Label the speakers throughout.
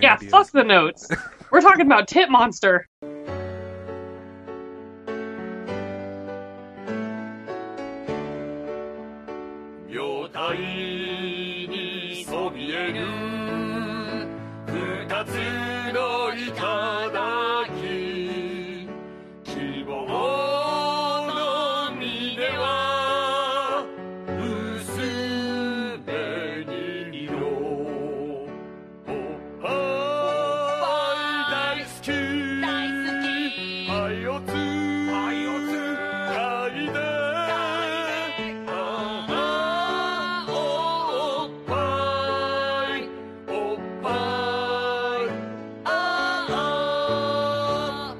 Speaker 1: Yeah,
Speaker 2: abused.
Speaker 1: fuck the notes. We're talking about Tit Monster.
Speaker 3: 「病態にそびえる」「二つの頂き」「希望の峰は薄紅色」「おっぱい大好き」「大好き」「愛をつ愛をつ嗅いで」ああおっぱいおっぱいああ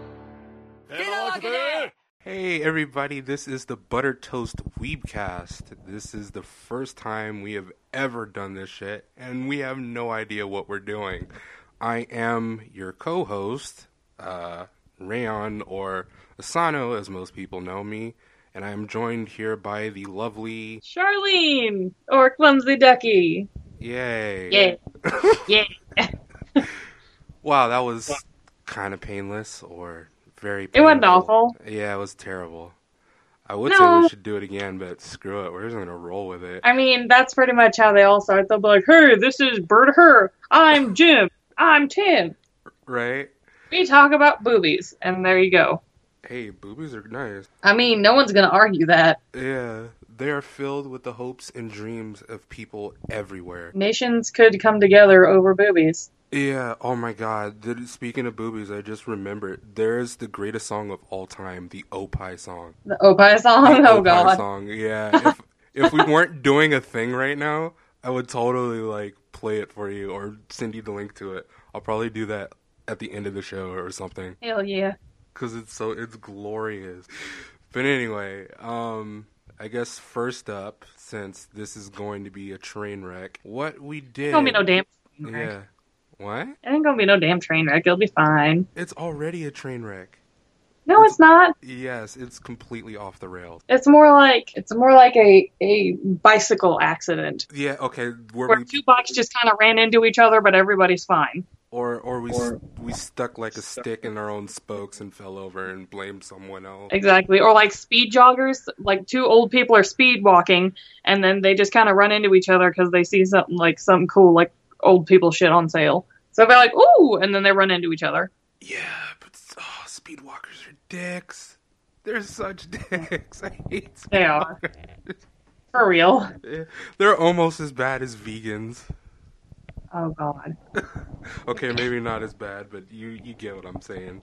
Speaker 3: てなわけで
Speaker 2: Hey everybody, this is the Butter Toast Weebcast. This is the first time we have ever done this shit, and we have no idea what we're doing. I am your co-host, uh, Rayon or Asano, as most people know me, and I am joined here by the lovely
Speaker 1: Charlene or Clumsy Ducky.
Speaker 2: Yay.
Speaker 1: Yeah, yeah.
Speaker 2: Wow, that was kind of painless or very
Speaker 1: It
Speaker 2: painful.
Speaker 1: wasn't awful.
Speaker 2: Yeah, it was terrible. I would say
Speaker 1: No.
Speaker 2: we should do it again, but screw it. We're just going to roll with it.
Speaker 1: I mean, that's pretty much how they all start. They'll be like, "Hey, this is Bert. Her. I'm Jim. I'm Tim.
Speaker 2: Right?
Speaker 1: We talk about boobies." And there you go.
Speaker 2: Hey, boobies are nice.
Speaker 1: I mean, no one's gonna argue that.
Speaker 2: Yeah, they are filled with the hopes and dreams of people everywhere.
Speaker 1: Nations could come together over boobies.
Speaker 2: Yeah, oh my god. Th- Speaking of boobies, I just remembered there is the greatest song of all time, the Opie song.
Speaker 1: The Opie song.
Speaker 2: the
Speaker 1: Oh
Speaker 2: Opie
Speaker 1: god.
Speaker 2: song. Yeah. If, if we weren't doing a thing right now, I would totally like play it for you or send you the link to it. I'll probably do that at the end of the show or something
Speaker 1: Hell yeah.
Speaker 2: because it's so it's glorious. But anyway, um, I guess first up, since this is going to be a train wreck, what we did.
Speaker 1: Ain't gonna be no damn. Train wreck.
Speaker 2: Yeah. What?
Speaker 1: It ain't gonna be no damn train wreck. It'll be fine.
Speaker 2: It's already a train wreck.
Speaker 1: No, it's not.
Speaker 2: Yes, it's completely off the rails.
Speaker 1: It's more like it's more like a a bicycle accident
Speaker 2: Yeah. Okay. Where
Speaker 1: where
Speaker 2: we
Speaker 1: two bikes just kind of ran into each other, but everybody's fine.
Speaker 2: or or we
Speaker 3: Or-
Speaker 2: we stuck like a stick in our own spokes and fell over and blamed someone else.
Speaker 1: Exactly. Or like speed joggers, like two old people are speed walking, and then they just kind of run into each other because they see something like something cool, like old people shit on sale. So they're like, ooh, and then they run into each other.
Speaker 2: Yeah, but oh, speedwalkers are dicks. They're such dicks. I hate.
Speaker 1: They are. For real.
Speaker 2: Yeah, They're almost as bad as vegans.
Speaker 1: Oh god.
Speaker 2: Okay, maybe not as bad, but you you get what I'm saying.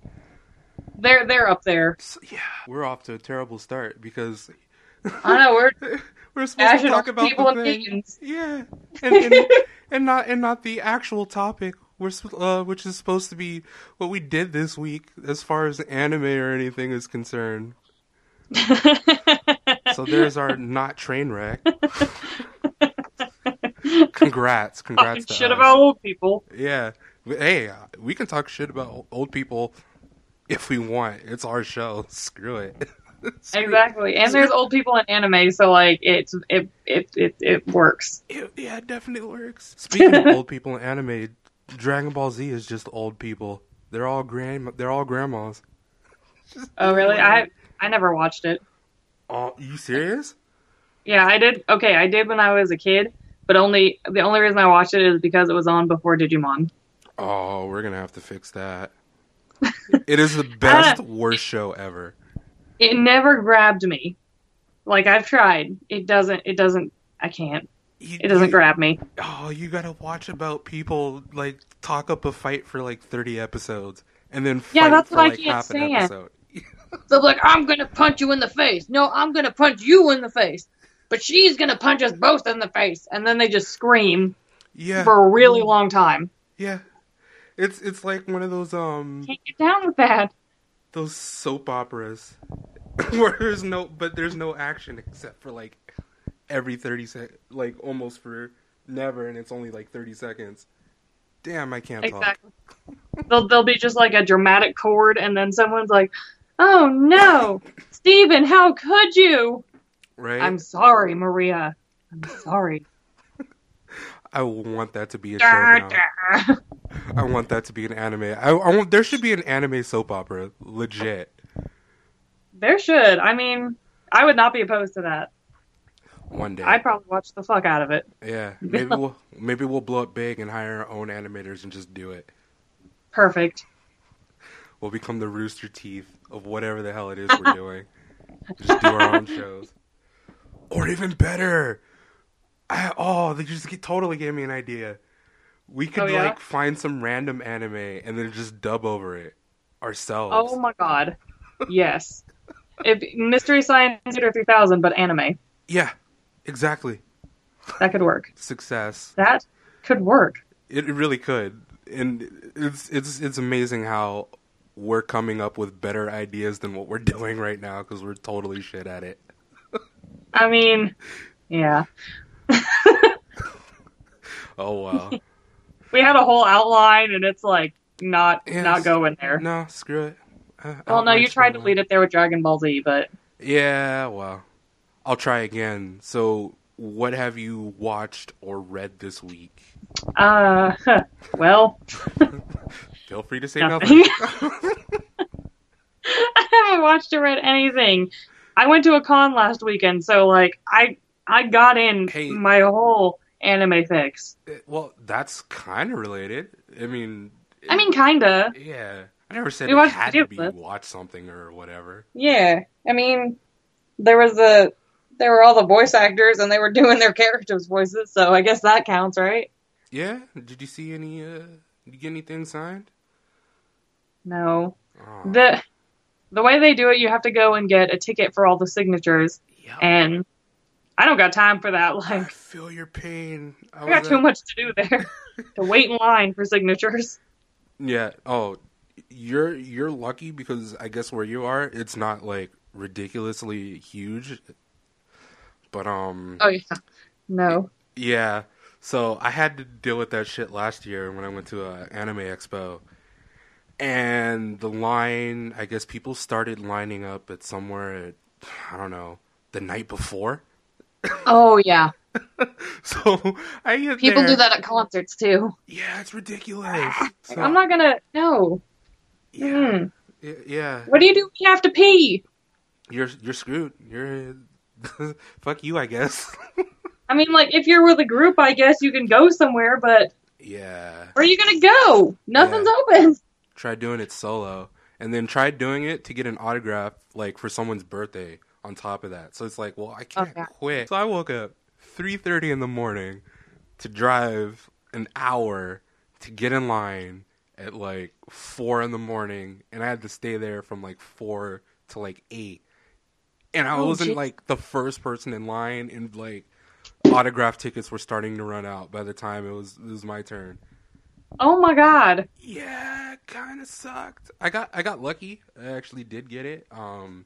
Speaker 1: They're they're up there.
Speaker 2: So, yeah, we're off to a terrible start because
Speaker 1: I know we're
Speaker 2: we're supposed to
Speaker 1: national
Speaker 2: talk about
Speaker 1: people
Speaker 2: the
Speaker 1: and
Speaker 2: thing.
Speaker 1: vegans.
Speaker 2: Yeah, and, and and not and not the actual topic. We're sp- uh, which is supposed to be what we did this week as far as anime or anything is concerned. So there's our not train wreck. congrats,
Speaker 1: Talking
Speaker 2: congrats to
Speaker 1: shit
Speaker 2: us.
Speaker 1: about old people.
Speaker 2: Yeah. But, Hey, uh, we can talk shit about o- old people if we want. It's our show. Screw it. Screw it.
Speaker 1: Exactly, and there's old people in anime, so like it's it it it, it works.
Speaker 2: It- yeah, it definitely works. Speaking of old people in anime, Dragon Ball Z is just old people. They're all grand. They're all grandmas.
Speaker 1: Oh really? I I never watched it.
Speaker 2: Oh, you serious?
Speaker 1: Yeah, I did. Okay, I did when I was a kid, but only the only reason I watched it is because it was on before Digimon.
Speaker 2: Oh, we're gonna have to fix that. it is the
Speaker 1: Uh,
Speaker 2: best worst show ever.
Speaker 1: It never grabbed me. Like I've tried, it doesn't. It doesn't. I can't.
Speaker 2: You-
Speaker 1: It doesn't
Speaker 2: you-
Speaker 1: grab me.
Speaker 2: Oh, you gotta watch about people like talk up a fight for like thirty episodes, and then
Speaker 1: Yeah,
Speaker 2: fight
Speaker 1: that's
Speaker 2: for
Speaker 1: what I
Speaker 2: like
Speaker 1: can't
Speaker 2: half an
Speaker 1: stand.
Speaker 2: episode.
Speaker 1: So like, I'm gonna punch you in the face. No, I'm gonna punch you in the face. But she's gonna punch us both in the face, and then they just scream
Speaker 2: Yeah,
Speaker 1: for a really long time.
Speaker 2: yeah. It's it's like one of those um
Speaker 1: Can't get down with that.
Speaker 2: those soap operas where there's no but there's no action except for like every thirty sec like almost for never, and it's only like thirty seconds. Damn, I can't talk.
Speaker 1: Exactly. they'll they'll be just like a dramatic chord, and then someone's like, "Oh no, Steven, how could you?"
Speaker 2: Right?
Speaker 1: I'm sorry, Maria. I'm sorry.
Speaker 2: I want that to be a show now.
Speaker 1: That's
Speaker 2: I want that to be an anime. I, I want there should be an anime soap opera, legit.
Speaker 1: There should. I mean, I would not be opposed to that.
Speaker 2: One day,
Speaker 1: I'd probably watch the fuck out of it.
Speaker 2: yeah. Maybe we'll maybe we'll blow up big and hire our own animators and just do it.
Speaker 1: Perfect.
Speaker 2: We'll become the rooster teeth of whatever the hell it is we're doing. Just do our own shows, or even better. I, oh, they just get, totally gave me an idea. We could
Speaker 1: Oh, yeah?
Speaker 2: like find some random anime and then just dub over it ourselves.
Speaker 1: Oh my god. Yes. If Mystery Science Theater 3000, but anime.
Speaker 2: Yeah, exactly.
Speaker 1: That could work.
Speaker 2: Success.
Speaker 1: That could work.
Speaker 2: It really could, and it's it's it's amazing how we're coming up with better ideas than what we're doing right now because we're totally shit at it.
Speaker 1: I mean, yeah.
Speaker 2: Oh wow!
Speaker 1: We had a whole outline, and it's like not
Speaker 2: Yeah,
Speaker 1: not
Speaker 2: it's-
Speaker 1: going there.
Speaker 2: no, screw it. Uh,
Speaker 1: well, no, you
Speaker 2: outright
Speaker 1: tried to
Speaker 2: screw
Speaker 1: lead it there with Dragon Ball Z, but
Speaker 2: Yeah, well, I'll try again. So, what have you watched or read this week?
Speaker 1: uh, well,
Speaker 2: Feel free to say
Speaker 1: Nothing.
Speaker 2: nothing.
Speaker 1: I haven't watched or read anything. I went to a con last weekend, so like I I got in
Speaker 2: Hey.
Speaker 1: my whole anime fix.
Speaker 2: Uh, well, that's kind of related. I mean,
Speaker 1: I mean, kinda.
Speaker 2: yeah. I never said
Speaker 1: We
Speaker 2: it
Speaker 1: watched
Speaker 2: had
Speaker 1: video
Speaker 2: to be
Speaker 1: clips.
Speaker 2: watch something or whatever.
Speaker 1: Yeah, I mean, there was a there were all the voice actors, and they were doing their characters' voices, so I guess that counts, right?
Speaker 2: Yeah. Did you see any? Uh, did you get anything signed?
Speaker 1: No,
Speaker 2: Oh,
Speaker 1: the the way they do it, you have to go and get a ticket for all the signatures,
Speaker 2: yeah.
Speaker 1: and I don't got time for that.
Speaker 2: Ah, I
Speaker 1: Like,
Speaker 2: feel your pain.
Speaker 1: I got
Speaker 2: was
Speaker 1: too
Speaker 2: at-
Speaker 1: much to do there to wait in line for signatures.
Speaker 2: Yeah. Oh, you're you're lucky because I guess where you are, it's not like ridiculously huge. But um,
Speaker 1: Oh yeah, no.
Speaker 2: yeah. So I had to deal with that shit last year when I went to a anime expo, and the line. I guess people started lining up at somewhere at I don't know the night before.
Speaker 1: Oh yeah,
Speaker 2: So I get
Speaker 1: people
Speaker 2: there-
Speaker 1: do that at concerts too.
Speaker 2: Yeah, it's ridiculous. So,
Speaker 1: I'm not gonna. No.
Speaker 2: Yeah,
Speaker 1: Mm.
Speaker 2: y- yeah.
Speaker 1: What do you do? when You have to pee.
Speaker 2: you're you're screwed. You're fuck you, I guess.
Speaker 1: I mean, like, if you're with a group, I guess you can go somewhere, but
Speaker 2: yeah.
Speaker 1: where are you gonna go? Nothing's open.
Speaker 2: Try doing it solo, and then try doing it to get an autograph, like for someone's birthday. On top of that, so it's like, well, I can't
Speaker 1: Oh, yeah.
Speaker 2: quit. So I woke up three thirty in the morning to drive an hour to get in line at like four in the morning, and I had to stay there from like four to like eight. And I
Speaker 1: Oh,
Speaker 2: wasn't
Speaker 1: gee.
Speaker 2: like the first person in line, and like autograph tickets were starting to run out by the time it was it was my turn.
Speaker 1: Oh my god.
Speaker 2: Yeah, kind of sucked. I got I got lucky. I actually did get it. Um,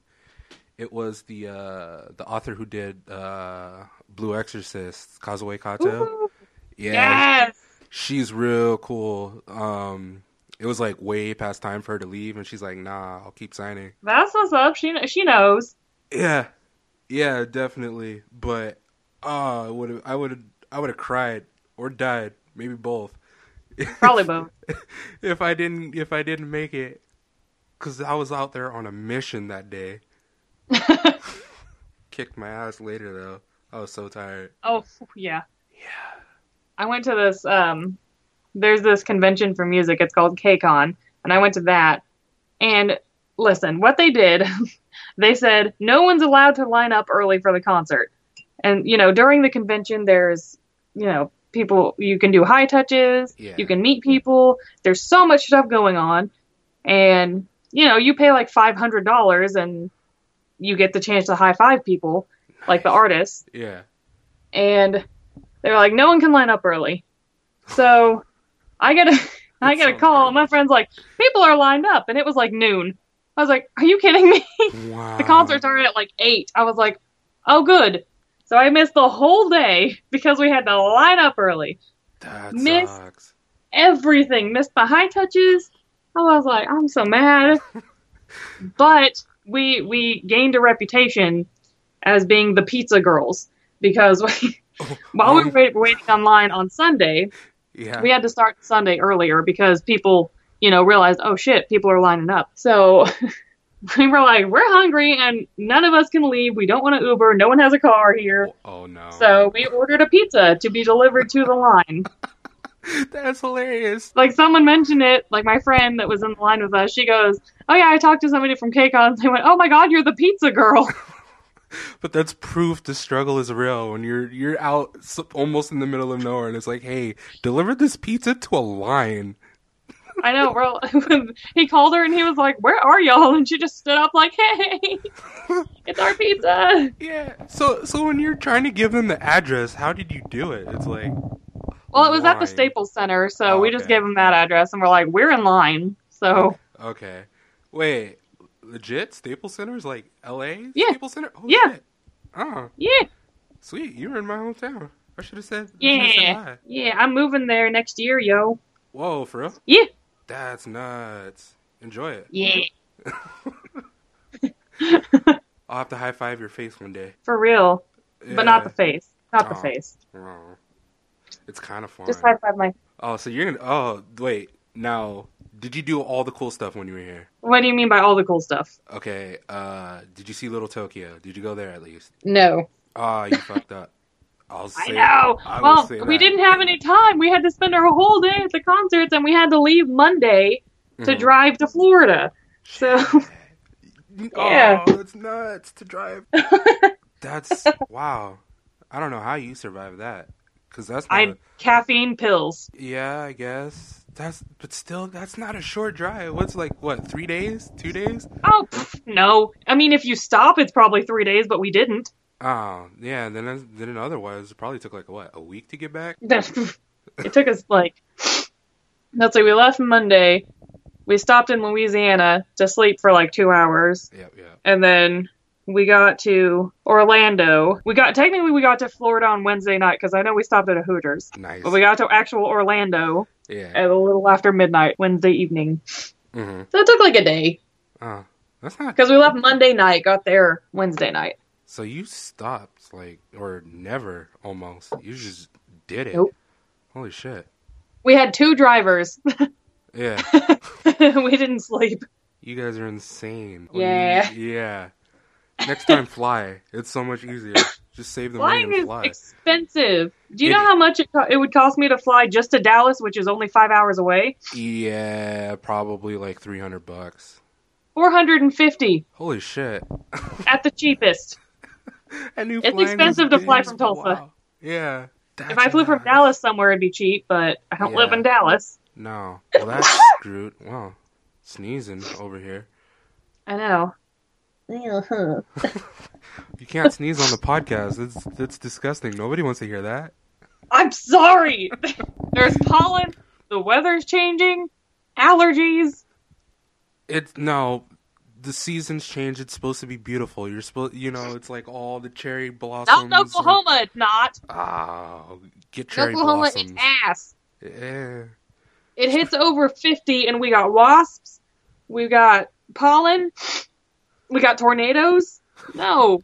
Speaker 2: it was the uh, the author who did uh, Blue Exorcist, Kazuo Kato.
Speaker 1: Ooh.
Speaker 2: yeah,
Speaker 1: Yes.
Speaker 2: she's real cool. Um, it was like way past time for her to leave, and she's like, "Nah, I'll keep signing."
Speaker 1: That's what's up. She kn- she knows.
Speaker 2: Yeah, yeah, definitely. But uh, I would I would I would have cried or died, maybe both,
Speaker 1: Probably both.
Speaker 2: if I didn't if I didn't make it, because I was out there on a mission that day. Kicked my ass later though. I was so tired.
Speaker 1: Oh yeah. Yeah. I went to this um there's this convention for music, it's called KCON, and I went to that. And listen, what they did, they said no one's allowed to line up early for the concert. And you know, during the convention there's you know, people you can do high touches,
Speaker 2: Yeah.
Speaker 1: you can meet people, there's so much stuff going on. And you know, you pay like five hundred dollars and you get the chance to high five people, like the artists
Speaker 2: Yeah.
Speaker 1: and they were like, "No one can line up early." So I get a I get a
Speaker 2: sounds
Speaker 1: call.
Speaker 2: great.
Speaker 1: My friend's like, "People are lined up," and it was like noon. I was like, "Are you kidding me?
Speaker 2: Wow.
Speaker 1: The concerts are at like eight. I was like, "Oh, good." So I missed the whole day because we had to line up early.
Speaker 2: That
Speaker 1: Miss-
Speaker 2: sucks.
Speaker 1: Everything missed the high touches. I was like, "I'm so mad," but we we gained a reputation as being the pizza girls because we, while we
Speaker 2: Um,
Speaker 1: were wait- waiting online on Sunday,
Speaker 2: Yeah.
Speaker 1: we had to start Sunday earlier because people, you know, realized, oh shit, people are lining up. So we were like, we're hungry and none of us can leave. We don't want to Uber. No one has a car here.
Speaker 2: oh no.
Speaker 1: So we ordered a pizza to be delivered to the line.
Speaker 2: That's hilarious.
Speaker 1: Like someone mentioned it, like my friend that was in the line with us, she goes, Oh yeah, I talked to somebody from KCON. They went, Oh my god, you're the pizza girl.
Speaker 2: But that's proof the struggle is real when you're you're out s- almost in the middle of nowhere and it's like, "Hey, deliver this pizza to a lion."
Speaker 1: I know, bro. he called her and he was like, Where are y'all? And she just stood up like, Hey, it's our pizza.
Speaker 2: Yeah. So so when you're trying to give them the address, how did you do it? It's like
Speaker 1: Well, it was at
Speaker 2: Why?
Speaker 1: the Staples Center, so
Speaker 2: Oh,
Speaker 1: we just
Speaker 2: okay.
Speaker 1: gave them that address, and we're like, we're in line. So
Speaker 2: Okay. Wait. Legit? Staples Center is like L.A.
Speaker 1: Yeah.
Speaker 2: Staples Center. Oh,
Speaker 1: Yeah.
Speaker 2: Shit. Oh,
Speaker 1: yeah,
Speaker 2: sweet. You were in my hometown. I should have said. I should've said
Speaker 1: yeah,
Speaker 2: hi.
Speaker 1: yeah. I'm moving there next year, yo.
Speaker 2: Whoa, for real?
Speaker 1: Yeah,
Speaker 2: That's nuts. Enjoy it.
Speaker 1: yeah,
Speaker 2: I'll have to high five your face one day.
Speaker 1: for real. But not the
Speaker 2: Yeah. Oh,
Speaker 1: face, not the
Speaker 2: Aw.
Speaker 1: face.
Speaker 2: Aw. It's kind of fun.
Speaker 1: Just high five my.
Speaker 2: oh, so you're gonna? Oh, wait. Now, did you do all the cool stuff when you were here?
Speaker 1: What do you mean by all the cool stuff?
Speaker 2: Okay. Uh, did you see Little Tokyo? Did you go there at least?
Speaker 1: No,
Speaker 2: Ah, you fucked up. I'll
Speaker 1: I
Speaker 2: say.
Speaker 1: know.
Speaker 2: I will say
Speaker 1: well, we
Speaker 2: that.
Speaker 1: didn't have any time. We had to spend our whole day at the concerts, and we had to leave Monday to
Speaker 2: Mhm.
Speaker 1: drive to Florida. So Yeah.
Speaker 2: Oh, it's nuts to drive. that's wow. I don't know how you survive that. Cause that's not.
Speaker 1: I
Speaker 2: a-
Speaker 1: caffeine pills.
Speaker 2: yeah, I guess that's. But still, that's not a short drive. What's like what? Three days? Two days?
Speaker 1: Oh pff, no! I mean, if you stop, it's probably three days, but we didn't.
Speaker 2: Oh yeah. Then then otherwise, it probably took like what a week to get back.
Speaker 1: it took us like let's say we left Monday. We stopped in Louisiana to sleep for like two hours,
Speaker 2: Yep, yep.
Speaker 1: and then we got to Orlando. We got technically we got to Florida on Wednesday night because I know we stopped at a Hooters,
Speaker 2: Nice.
Speaker 1: but we got to actual Orlando
Speaker 2: yeah.
Speaker 1: at a little after midnight Wednesday evening.
Speaker 2: hmm
Speaker 1: So it took like a day
Speaker 2: Oh, that's not.
Speaker 1: because we left Monday night, got there Wednesday night.
Speaker 2: So you stopped like or never almost. You just did it.
Speaker 1: Nope.
Speaker 2: Holy shit.
Speaker 1: We had two drivers.
Speaker 2: Yeah.
Speaker 1: we didn't sleep.
Speaker 2: You guys are insane.
Speaker 1: Yeah.
Speaker 2: yeah. Next time, fly. It's so much easier. Just save the
Speaker 1: Flying
Speaker 2: money and
Speaker 1: is
Speaker 2: fly.
Speaker 1: expensive. Do you
Speaker 2: It-
Speaker 1: know how much it, co- it would cost me to fly just to Dallas, which is only five hours away?
Speaker 2: yeah, probably like three hundred bucks.
Speaker 1: Four hundred and fifty
Speaker 2: Holy shit!
Speaker 1: at the cheapest.
Speaker 2: I knew
Speaker 1: It's
Speaker 2: flying was
Speaker 1: expensive to fly
Speaker 2: big.
Speaker 1: from Tulsa.
Speaker 2: Wow. Yeah.
Speaker 1: If
Speaker 2: That's
Speaker 1: I flew from
Speaker 2: nuts.
Speaker 1: Dallas somewhere, it'd be cheap, but I don't live
Speaker 2: Yeah.
Speaker 1: in Dallas.
Speaker 2: No. Well, that's screwed. Wow. Sneezing over here.
Speaker 1: I know.
Speaker 2: You can't sneeze on the podcast. It's that's disgusting. Nobody wants to hear that.
Speaker 1: I'm sorry. There's pollen. The weather's changing. Allergies.
Speaker 2: It's no. The seasons change. It's supposed to be beautiful. You're supposed, you know, it's like all the cherry
Speaker 1: Not
Speaker 2: blossoms.
Speaker 1: in Oklahoma. It's not.
Speaker 2: Oh, get cherry
Speaker 1: Oklahoma is
Speaker 2: blossoms.
Speaker 1: ass.
Speaker 2: Yeah.
Speaker 1: It hits over 50, and we got wasps. We got pollen. We got tornadoes. No.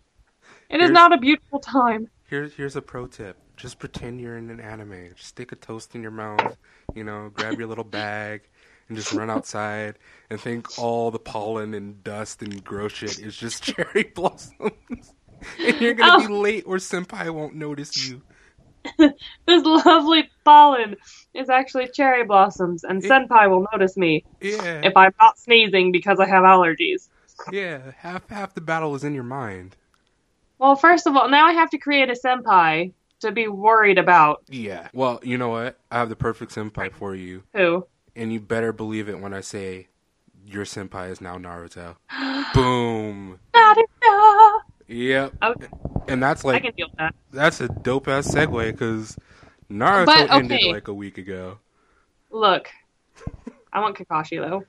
Speaker 1: It is
Speaker 2: Here's-
Speaker 1: not a beautiful time.
Speaker 2: Here's here's a pro tip. Just pretend you're in an anime. Just stick a toast in your mouth. You know, grab your little bag and just run outside and think all the pollen and dust and gross shit is just cherry blossoms. and you're gonna
Speaker 1: Oh.
Speaker 2: be late, or senpai won't notice you.
Speaker 1: This lovely pollen is actually cherry blossoms, and
Speaker 2: It-
Speaker 1: Senpai will notice me
Speaker 2: Yeah,
Speaker 1: if I'm not sneezing because I have allergies.
Speaker 2: yeah. Half half the battle is in your mind.
Speaker 1: Well, first of all, now I have to create a Senpai to be worried about
Speaker 2: Yeah. Well, you know what? I have the perfect senpai for you,
Speaker 1: who.
Speaker 2: and you better believe it when I say your senpai is now Naruto. Boom.
Speaker 1: Not enough.
Speaker 2: Yep.
Speaker 1: Okay,
Speaker 2: And that's
Speaker 1: I
Speaker 2: like
Speaker 1: can deal with that.
Speaker 2: that's a dope ass segue because Naruto
Speaker 1: But,
Speaker 2: ended
Speaker 1: okay.
Speaker 2: like a week ago.
Speaker 1: Look, I want Kakashi though.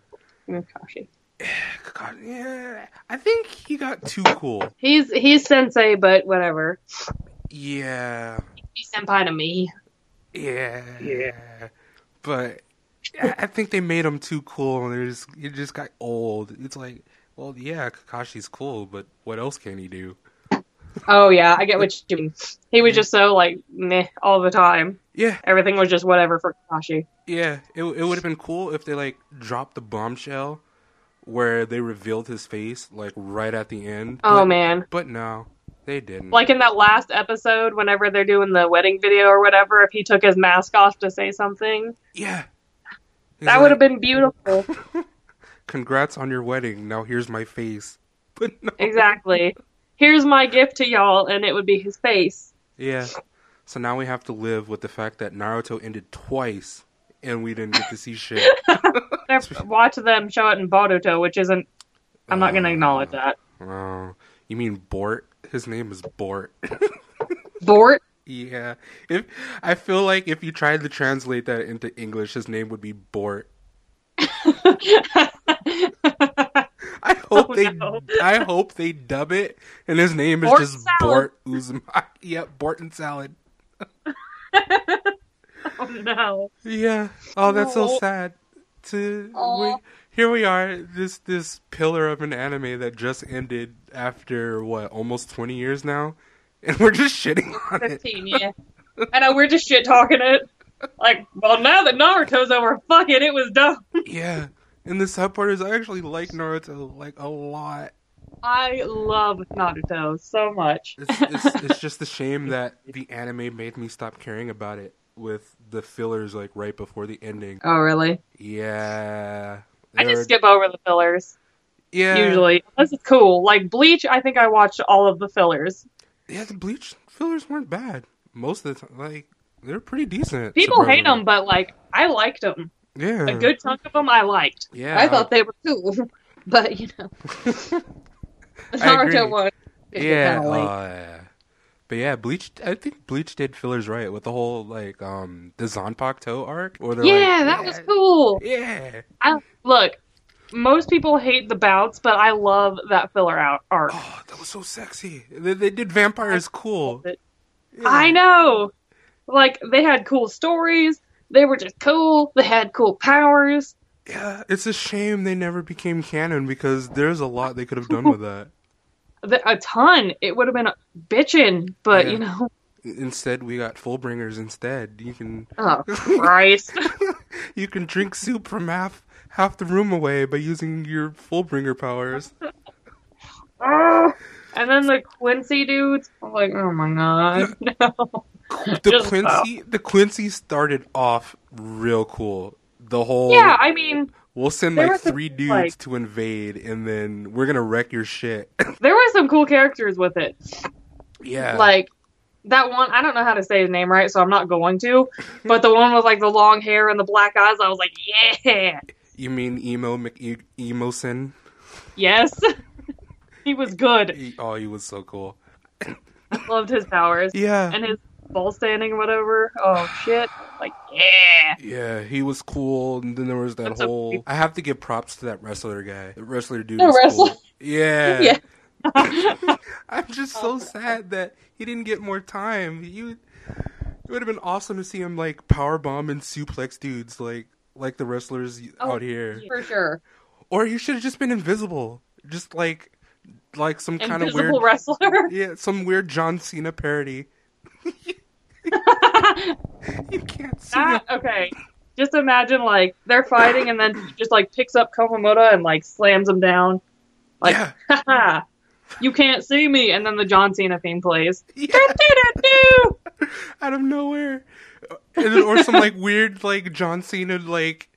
Speaker 1: Give me Kakashi.
Speaker 2: God, yeah, I think he got too cool.
Speaker 1: He's he's sensei, but whatever.
Speaker 2: Yeah,
Speaker 1: He's senpai to me.
Speaker 2: yeah, yeah. But I I think they made him too cool, and it just it just got old. It's like, well, yeah, Kakashi's cool, but what else can he do?
Speaker 1: Oh yeah, I get what you mean. He was just so like meh all the time.
Speaker 2: Yeah,
Speaker 1: Everything was just whatever for Kakashi.
Speaker 2: yeah. It it would have been cool if they like dropped the bombshell where they revealed his face like right at the end.
Speaker 1: Oh
Speaker 2: but,
Speaker 1: man.
Speaker 2: But no, they didn't.
Speaker 1: Like in that last episode, whenever they're doing the wedding video or whatever, if he took his mask off to say something,
Speaker 2: yeah. He's
Speaker 1: that
Speaker 2: like,
Speaker 1: would have been beautiful.
Speaker 2: Congrats on your wedding. Now here's my face. But no.
Speaker 1: exactly. Here's my gift to y'all, and it would be his face.
Speaker 2: Yeah. So now we have to live with the fact that Naruto ended twice and we didn't get to see shit.
Speaker 1: They're- Watch them show it in Boruto, which isn't. I'm not going to acknowledge that.
Speaker 2: Oh, you mean Bort? His name is Bort.
Speaker 1: Bort.
Speaker 2: yeah. If I feel like if you tried to translate that into English, his name would be Bort. I hope
Speaker 1: Oh,
Speaker 2: they
Speaker 1: no.
Speaker 2: I hope they dub it and his name is
Speaker 1: Bort
Speaker 2: just
Speaker 1: salad.
Speaker 2: Bort Uzumaki. yeah, Bort and salad.
Speaker 1: Oh no.
Speaker 2: Yeah. Oh, that's so
Speaker 1: No.
Speaker 2: sad. To
Speaker 1: Aw.
Speaker 2: we, here we are, this this pillar of an anime that just ended after what almost twenty years now, and we're just shitting on it.
Speaker 1: Fifteen. Yeah. I know we're just shit talking it. Like, well, now that Naruto's over, fuck it, it was dumb.
Speaker 2: Yeah. And the sad part is, I actually like Naruto like a lot.
Speaker 1: I love Naruto so much.
Speaker 2: It's it's, it's just a shame that the anime made me stop caring about it with the fillers like right before the ending.
Speaker 1: Oh really?
Speaker 2: Yeah.
Speaker 1: I
Speaker 2: There-
Speaker 1: just skip over the fillers
Speaker 2: yeah,
Speaker 1: usually. This is cool. Like Bleach, I think I watched all of the fillers.
Speaker 2: Yeah, the bleach fillers weren't bad most of the time. Like they're pretty decent.
Speaker 1: People hate them,
Speaker 2: surprisingly.
Speaker 1: but like I liked them.
Speaker 2: yeah,
Speaker 1: A good chunk of them I liked.
Speaker 2: Yeah,
Speaker 1: I thought they were cool, but you know, the
Speaker 2: I agree.
Speaker 1: Naruto one. is
Speaker 2: yeah,
Speaker 1: kinda lame.
Speaker 2: uh, yeah. But yeah, bleach. I think bleach did fillers right with the whole like um the Zanpakuto arc. Or they're
Speaker 1: yeah,
Speaker 2: like,
Speaker 1: that was cool.
Speaker 2: Yeah.
Speaker 1: I look. Most people hate the bouts, but I love that filler out arc.
Speaker 2: Oh, that was so sexy. They, they did vampires cool.
Speaker 1: it.
Speaker 2: Yeah.
Speaker 1: I know. Like they had cool stories. They were just cool. They had cool powers.
Speaker 2: Yeah, it's a shame they never became canon because there's a lot they could have done with that.
Speaker 1: Th- A ton. It would have been bitching, but
Speaker 2: Yeah.
Speaker 1: you know.
Speaker 2: Instead, we got Fullbringers. Instead, you can
Speaker 1: Oh Christ!
Speaker 2: you can drink soup from half half the room away by using your Fullbringer powers.
Speaker 1: Ah. and then the Quincy dudes. I'm like, oh my god. No.
Speaker 2: the
Speaker 1: Just
Speaker 2: Quincy the Quincy started off real cool. The whole
Speaker 1: Yeah, I mean,
Speaker 2: we'll send
Speaker 1: there
Speaker 2: like
Speaker 1: was some,
Speaker 2: three dudes
Speaker 1: like-
Speaker 2: to invade and then we're gonna wreck your shit.
Speaker 1: there were some cool characters with it.
Speaker 2: yeah.
Speaker 1: like that one i don't know how to say his name right so i'm not going to but the one with like the long hair and the black eyes i was like yeah
Speaker 2: you mean emo McE- Emosin?
Speaker 1: yes he was good
Speaker 2: He- Oh, he was so cool.
Speaker 1: loved his powers
Speaker 2: Yeah.
Speaker 1: and his ball standing or whatever oh shit like yeah
Speaker 2: yeah, he was cool. And then there was that
Speaker 1: That's so
Speaker 2: whole.
Speaker 1: creepy.
Speaker 2: I have to give props to that wrestler guy. The wrestler dude.
Speaker 1: The
Speaker 2: was
Speaker 1: wrestler-
Speaker 2: Cool. Yeah.
Speaker 1: Yeah. Oh,
Speaker 2: I'm just so sad that he didn't get more time. You, it would have been awesome to see him like power bomb and suplex dudes like like the wrestlers
Speaker 1: Oh,
Speaker 2: out here.
Speaker 1: for sure
Speaker 2: Or he should have just been invisible, just like like some kind of weird
Speaker 1: invisible wrestler
Speaker 2: yeah some weird John Cena parody. you can't see him.
Speaker 1: that, okay just imagine like they're fighting and then he just like picks up komamoto and like slams him down like
Speaker 2: yeah,
Speaker 1: haha you can't see me and then the john cena theme plays
Speaker 2: yeah,
Speaker 1: Do-do-do.
Speaker 2: out of nowhere, and then, or some like weird like John Cena like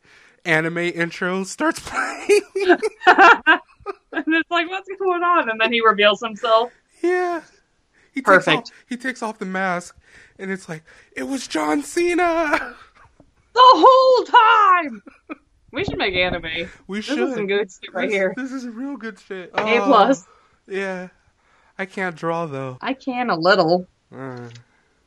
Speaker 2: anime intro starts playing.
Speaker 1: and it's like, what's going on? And then he reveals himself.
Speaker 2: Yeah. He Takes
Speaker 1: Perfect.
Speaker 2: off, he takes off the mask, and it's like, it was John Cena!
Speaker 1: The whole time! We should make anime.
Speaker 2: We
Speaker 1: This
Speaker 2: should.
Speaker 1: is some good shit right
Speaker 2: this,
Speaker 1: here.
Speaker 2: This is real good shit.
Speaker 1: A
Speaker 2: Oh,
Speaker 1: plus.
Speaker 2: Yeah. I can't draw, though.
Speaker 1: I can a little,
Speaker 2: Uh,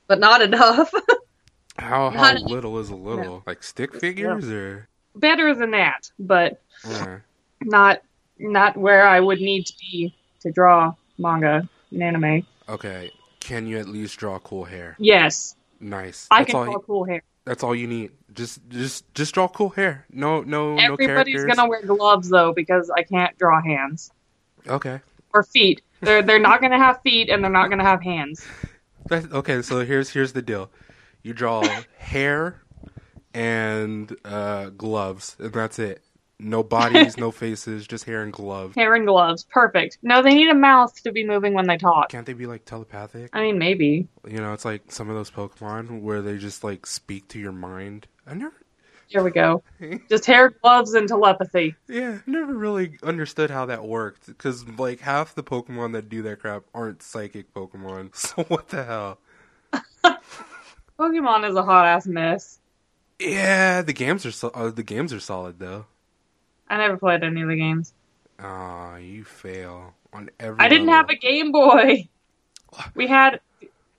Speaker 1: but not enough.
Speaker 2: how how
Speaker 1: Not-
Speaker 2: little is a little? Like stick figures or?
Speaker 1: Better than that, but
Speaker 2: Uh,
Speaker 1: not not where I would need to be to draw manga and anime.
Speaker 2: okay. Can you at least draw cool hair?
Speaker 1: Yes,
Speaker 2: Nice.
Speaker 1: I
Speaker 2: that's
Speaker 1: can
Speaker 2: all.
Speaker 1: draw
Speaker 2: you-
Speaker 1: cool hair.
Speaker 2: That's all you need. Just, just, just draw cool hair. Oh, No, no, no
Speaker 1: Everybody's
Speaker 2: characters.
Speaker 1: gonna wear gloves though because I can't draw hands.
Speaker 2: Okay.
Speaker 1: or feet. They're they're not gonna have feet and they're not gonna have hands.
Speaker 2: That, okay, so here's here's the deal. You draw hair and uh, gloves, and that's it. No bodies, no faces, just hair and gloves.
Speaker 1: Hair and gloves, perfect. No, they need a mouth to be moving when they talk.
Speaker 2: Can't they be like telepathic?
Speaker 1: I mean, maybe.
Speaker 2: You know, it's like some of those Pokemon where they just like speak to your mind. I never,
Speaker 1: Here we go. Just hair, gloves, and telepathy.
Speaker 2: yeah, I never really understood how that worked because like half the Pokemon that do that crap aren't psychic Pokemon. So what the hell?
Speaker 1: Pokemon is a hot ass mess.
Speaker 2: Yeah, the games are so, uh, the games are solid though.
Speaker 1: I never played any of the games.
Speaker 2: Ah, you fail on every.
Speaker 1: I didn't have a Game Boy. We had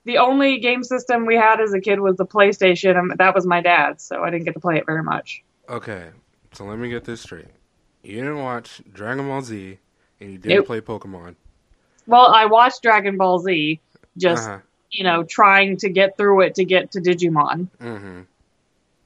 Speaker 1: the only game system we had as a kid was the PlayStation, and that was my dad's, so I didn't get to play it very much.
Speaker 2: Okay, so let me get this straight. You didn't watch Dragon Ball Z, and you didn't
Speaker 1: Nope.
Speaker 2: play Pokemon.
Speaker 1: Well, I watched Dragon Ball Z, just
Speaker 2: Uh-huh.
Speaker 1: you know, trying to get through it to get to Digimon.
Speaker 2: Mm-hmm.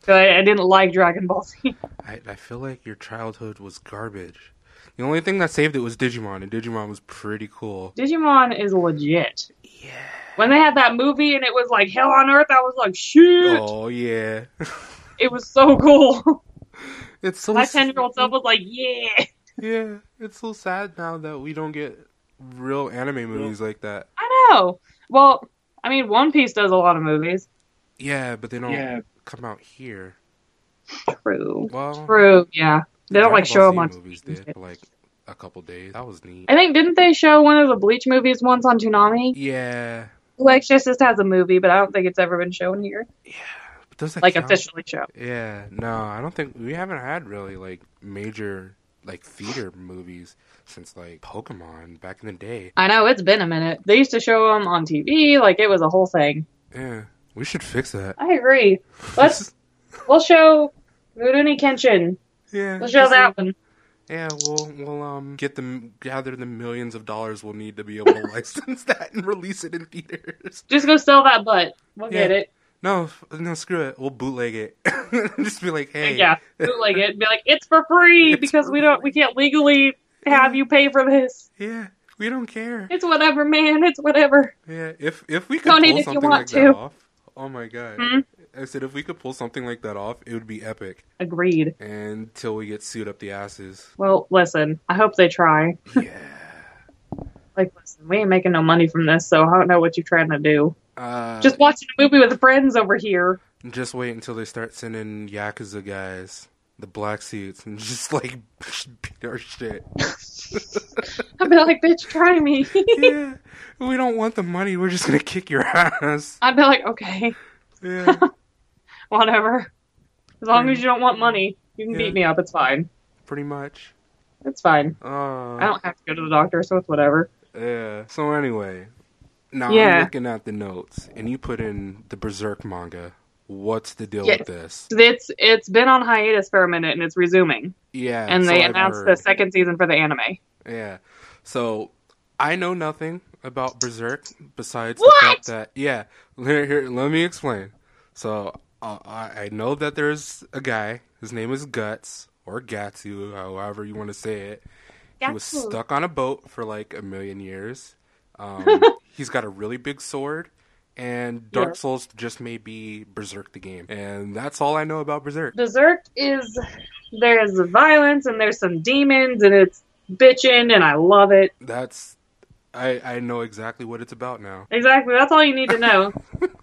Speaker 1: 'Cause I, I didn't like Dragon Ball Z.
Speaker 2: I, I feel like your childhood was garbage. The only thing that saved it was Digimon, and Digimon was pretty cool.
Speaker 1: Digimon is legit.
Speaker 2: Yeah.
Speaker 1: When they had that movie and it was like Hell on Earth, I was like, shoot,
Speaker 2: Oh yeah,
Speaker 1: it was so cool.
Speaker 2: it's so
Speaker 1: my
Speaker 2: s-
Speaker 1: ten year old self was like, yeah.
Speaker 2: Yeah, it's so sad now that we don't get real anime movies like that.
Speaker 1: I know. Well, I mean, One Piece does a lot of movies.
Speaker 2: Yeah, but they don't
Speaker 4: Yeah.
Speaker 2: come out here.
Speaker 1: True.
Speaker 2: Well,
Speaker 1: True. Yeah. They don't
Speaker 2: Dragon
Speaker 1: like show
Speaker 2: Ball Z
Speaker 1: them on.
Speaker 2: movies did for like a couple days. That was neat.
Speaker 1: I think didn't they show one of the Bleach movies once on Toonami?
Speaker 2: Yeah,
Speaker 1: Blue Exorcist has a movie, but I don't think it's ever been shown here,
Speaker 2: yeah. But does that
Speaker 1: like
Speaker 2: count?
Speaker 1: officially shown.
Speaker 2: Yeah, no, I don't think we haven't had really like major like theater movies since like Pokemon back in the day.
Speaker 1: I know it's been a minute. They used to show them on TV, like it was a whole thing.
Speaker 2: Yeah, we should fix that.
Speaker 1: I agree. Let's we'll show Rurouni Kenshin.
Speaker 2: yeah,
Speaker 1: We'll show
Speaker 2: just-
Speaker 1: that one.
Speaker 2: Yeah, we'll we'll um get the gather the millions of dollars we'll need to be able to license that and release it in theaters.
Speaker 1: Just go sell that butt. We'll get
Speaker 2: Yeah.
Speaker 1: it.
Speaker 2: No, f- no, screw it. We'll bootleg it. Just be like, hey,
Speaker 1: Yeah, bootleg it. and Be like, it's for free
Speaker 2: It's
Speaker 1: because
Speaker 2: for
Speaker 1: we don't, we can't legally have you pay for this.
Speaker 2: yeah, we don't care.
Speaker 1: It's whatever, man. It's whatever.
Speaker 2: Yeah, if if we could
Speaker 1: Donate
Speaker 2: pull
Speaker 1: if you
Speaker 2: something
Speaker 1: want
Speaker 2: like
Speaker 1: to.
Speaker 2: that off, oh my god!
Speaker 1: Hmm?
Speaker 2: I said if we could pull something like that off, it would be epic.
Speaker 1: Agreed.
Speaker 2: Until we get sued up the asses.
Speaker 1: Well, listen. I hope they try.
Speaker 2: Yeah.
Speaker 1: Like, listen, we ain't making no money from this, so I don't know what you're trying to do.
Speaker 2: Uh,
Speaker 1: Just
Speaker 2: just
Speaker 1: watching a movie with friends over here.
Speaker 2: just wait until they start sending yakuza guys, the black suits, and just like beat our shit.
Speaker 1: I'd be like, bitch, try me.
Speaker 2: yeah, we don't want the money. We're just gonna kick your ass.
Speaker 1: I'd be like, okay.
Speaker 2: Yeah.
Speaker 1: whatever. As long as you don't want money, you can
Speaker 2: Yeah.
Speaker 1: beat me up. It's fine.
Speaker 2: pretty much.
Speaker 1: It's fine.
Speaker 2: Uh,
Speaker 1: I don't have to go to the doctor, so it's whatever.
Speaker 2: yeah. So anyway, now
Speaker 1: Yeah.
Speaker 2: I'm looking at the notes, and you put in the Berserk manga. What's the deal
Speaker 1: Yes.
Speaker 2: with this?
Speaker 1: It's it's been on hiatus for a minute and it's resuming.
Speaker 2: Yeah,
Speaker 1: And
Speaker 2: so
Speaker 1: they
Speaker 2: I've
Speaker 1: announced
Speaker 2: heard.
Speaker 1: the second season for the anime.
Speaker 2: Yeah. So I know nothing about Berserk besides
Speaker 1: What?
Speaker 2: the fact that yeah. Here, here, let me explain. So uh, I, I know that there's a guy. His name is Guts or Gatsu, however you want to say it. He was
Speaker 1: Gatsu.
Speaker 2: stuck on a boat for like a million years. Um, he's got a really big sword, and Dark
Speaker 1: Yeah.
Speaker 2: Souls just may be Berserk the game, and that's all I know about Berserk.
Speaker 1: Berserk is there's violence and there's some demons and it's bitching and I love it.
Speaker 2: That's I I know exactly what it's about now.
Speaker 1: Exactly. That's all you need to know.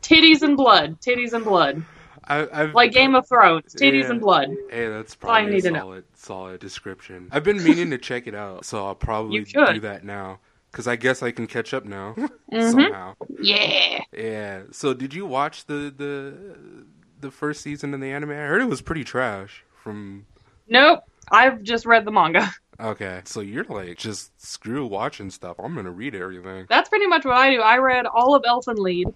Speaker 1: titties and blood. Titties and blood.
Speaker 2: I, I've
Speaker 1: Like Game of Thrones. Titties
Speaker 2: Yeah.
Speaker 1: and blood.
Speaker 2: Hey, that's
Speaker 1: All I
Speaker 2: probably
Speaker 1: need
Speaker 2: a
Speaker 1: to know.
Speaker 2: solid, solid description. I've been meaning to check it out, so I'll probably
Speaker 1: You should.
Speaker 2: do that now because I guess I can catch up now
Speaker 1: hmm
Speaker 2: somehow.
Speaker 1: Yeah.
Speaker 2: Yeah. So, did you watch the the the first season of the anime? I heard it was pretty trash. From
Speaker 1: Nope. I've just read the manga.
Speaker 2: okay, so you're like just screw watching stuff. I'm gonna read everything.
Speaker 1: That's pretty much what I do. I read all of Elfin Lead.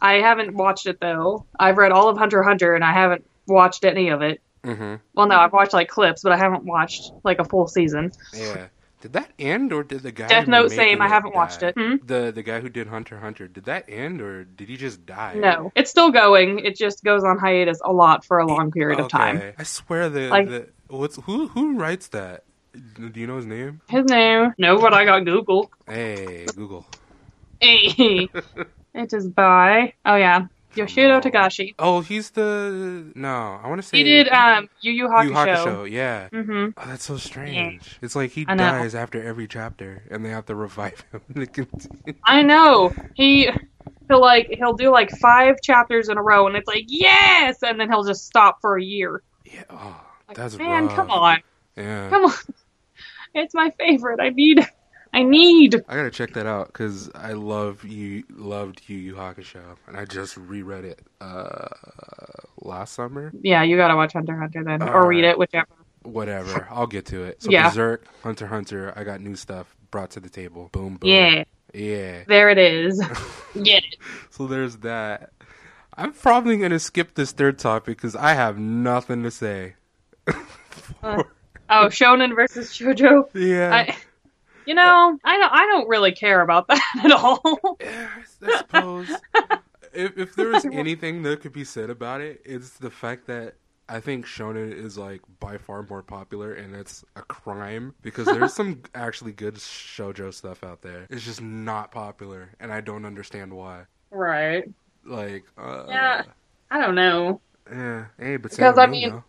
Speaker 1: I haven't watched it though. I've read all of Hunter x Hunter and I haven't watched any of it.
Speaker 2: hmm
Speaker 1: Well, no, I've watched like clips, but I haven't watched like a full season.
Speaker 2: Yeah. Did that end or did the guy?
Speaker 1: Death Note, same.
Speaker 2: making
Speaker 1: I haven't watched
Speaker 2: die?
Speaker 1: it. Hmm?
Speaker 2: The the guy who did Hunter x Hunter did that end or did he just die?
Speaker 1: No, it's still going. It just goes on hiatus a lot for a long period of time.
Speaker 2: Okay. I swear the,
Speaker 1: Like-
Speaker 2: the what's who who writes that? Do you know his name?
Speaker 1: His name? No, but I got Google.
Speaker 2: Hey, Google.
Speaker 1: Hey, it is by. Oh yeah, Yoshiro Tagashi.
Speaker 2: Oh, he's the no. I want to say
Speaker 1: He did um Yu Yu
Speaker 2: Yu
Speaker 1: Hakusho.
Speaker 2: Yeah.
Speaker 1: Mm-hmm.
Speaker 2: Oh, that's so strange. It's like he
Speaker 1: I know.
Speaker 2: dies after every chapter, and they have to revive him to continue.
Speaker 1: I know he. He'll like he'll do like five chapters in a row, and it's like yes, and then he'll just stop for a year.
Speaker 2: Yeah. Oh,
Speaker 1: Like,
Speaker 2: that's
Speaker 1: man,
Speaker 2: rough.
Speaker 1: come on,
Speaker 2: Yeah.
Speaker 1: come on. It's my favorite. I need, I need.
Speaker 2: I gotta check that out because I love you loved Yu Yu Hakusho, and I just reread it uh last summer.
Speaker 1: Yeah, you gotta watch Hunter x Hunter then, or
Speaker 2: Alright.
Speaker 1: read it, whichever.
Speaker 2: Whatever, I'll get to it. So
Speaker 1: Yeah.
Speaker 2: Berserk, Hunter x Hunter, I got new stuff brought to the table. Boom, boom.
Speaker 1: Yeah,
Speaker 2: yeah.
Speaker 1: there it is. Get it.
Speaker 2: So there's that. I'm probably gonna skip this third topic because I have nothing to say.
Speaker 1: Uh, Oh, Shonen versus Shoujo.
Speaker 2: yeah.
Speaker 1: I, you know, I don't. I don't really care about that at all.
Speaker 2: Yeah, I suppose. if, if there is anything that could be said about it, it's the fact that I think shonen is like by far more popular, and that's a crime because there's some actually good shoujo stuff out there. It's just not popular, and I don't understand why.
Speaker 1: right.
Speaker 2: Like, uh,
Speaker 1: Yeah. I don't know.
Speaker 2: yeah. Hey, but
Speaker 1: Because,
Speaker 2: Sailor
Speaker 1: I
Speaker 2: Moon,
Speaker 1: mean-
Speaker 2: though.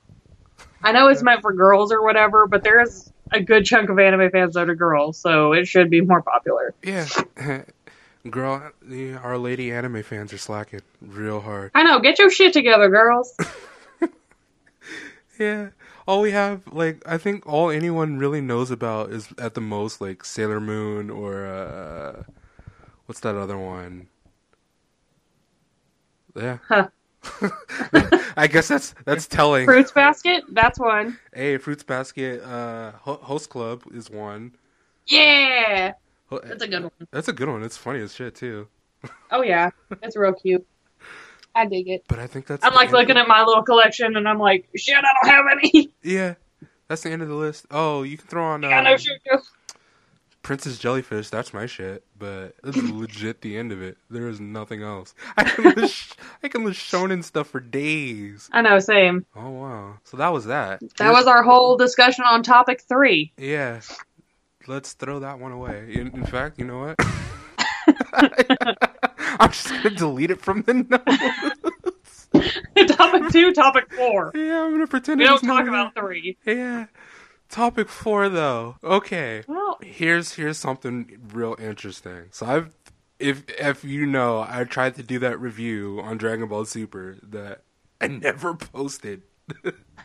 Speaker 1: I know it's meant for girls or whatever, but there is a good chunk of anime fans that are girls, so it should be more popular.
Speaker 2: yeah, girl, the, our lady anime fans are slacking real hard.
Speaker 1: I know. Get your shit together, girls.
Speaker 2: Yeah. All we have, like, I think all anyone really knows about is at the most, like, Sailor Moon or, uh, what's that other one? Yeah.
Speaker 1: Huh.
Speaker 2: I guess that's, that's telling.
Speaker 1: Fruits basket. That's one.
Speaker 2: Hey, Fruits Basket, uh, Ho- Host Club is one.
Speaker 1: Yeah,
Speaker 2: Ho-
Speaker 1: that's a good one.
Speaker 2: That's a good one. It's funny as shit, too.
Speaker 1: Oh yeah, it's real cute. I dig it.
Speaker 2: But I think that's.
Speaker 1: I'm
Speaker 2: the
Speaker 1: like
Speaker 2: end-
Speaker 1: looking at my little collection, and I'm like, shit, I don't have any.
Speaker 2: Yeah. That's the end of the list. Oh, you can throw on,
Speaker 1: I know
Speaker 2: uh,
Speaker 1: Shoujo.
Speaker 2: Princess Jellyfish, that's my shit, but that's legit the end of it. There is nothing else. I can list, I can list shonen stuff for days.
Speaker 1: I know. Same.
Speaker 2: Oh wow! So that was that.
Speaker 1: That was our whole discussion on topic three.
Speaker 2: yeah. Let's throw that one away. In, in fact, you know what? I'm just gonna delete it from the notes.
Speaker 1: topic two, topic four.
Speaker 2: yeah, I'm gonna pretend
Speaker 1: We
Speaker 2: it
Speaker 1: don't
Speaker 2: was
Speaker 1: talk
Speaker 2: never-
Speaker 1: about three.
Speaker 2: Yeah. Topic four though. Okay.
Speaker 1: Well,
Speaker 2: here's here's something real interesting. So I've if if you know, I tried to do that review on Dragon Ball Super that I never posted.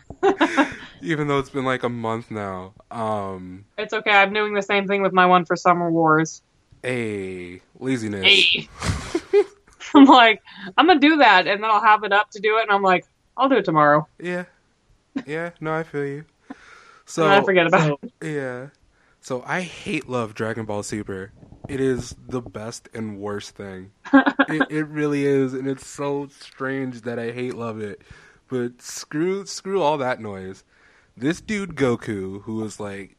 Speaker 2: Even though it's been like a month now. Um
Speaker 1: it's okay. I'm doing the same thing with my one for Summer Wars.
Speaker 2: hey, laziness.
Speaker 1: Hey. I'm like, I'm gonna do that, and then I'll have it up to do it, and I'm like, I'll do it tomorrow.
Speaker 2: Yeah. Yeah, no, I feel you. So
Speaker 1: And then I forget about it.
Speaker 2: Yeah. So I hate love Dragon Ball Super. It is the best and worst thing. it, it really is, and it's so strange that I hate love it. But screw screw all that noise. This dude Goku, who is like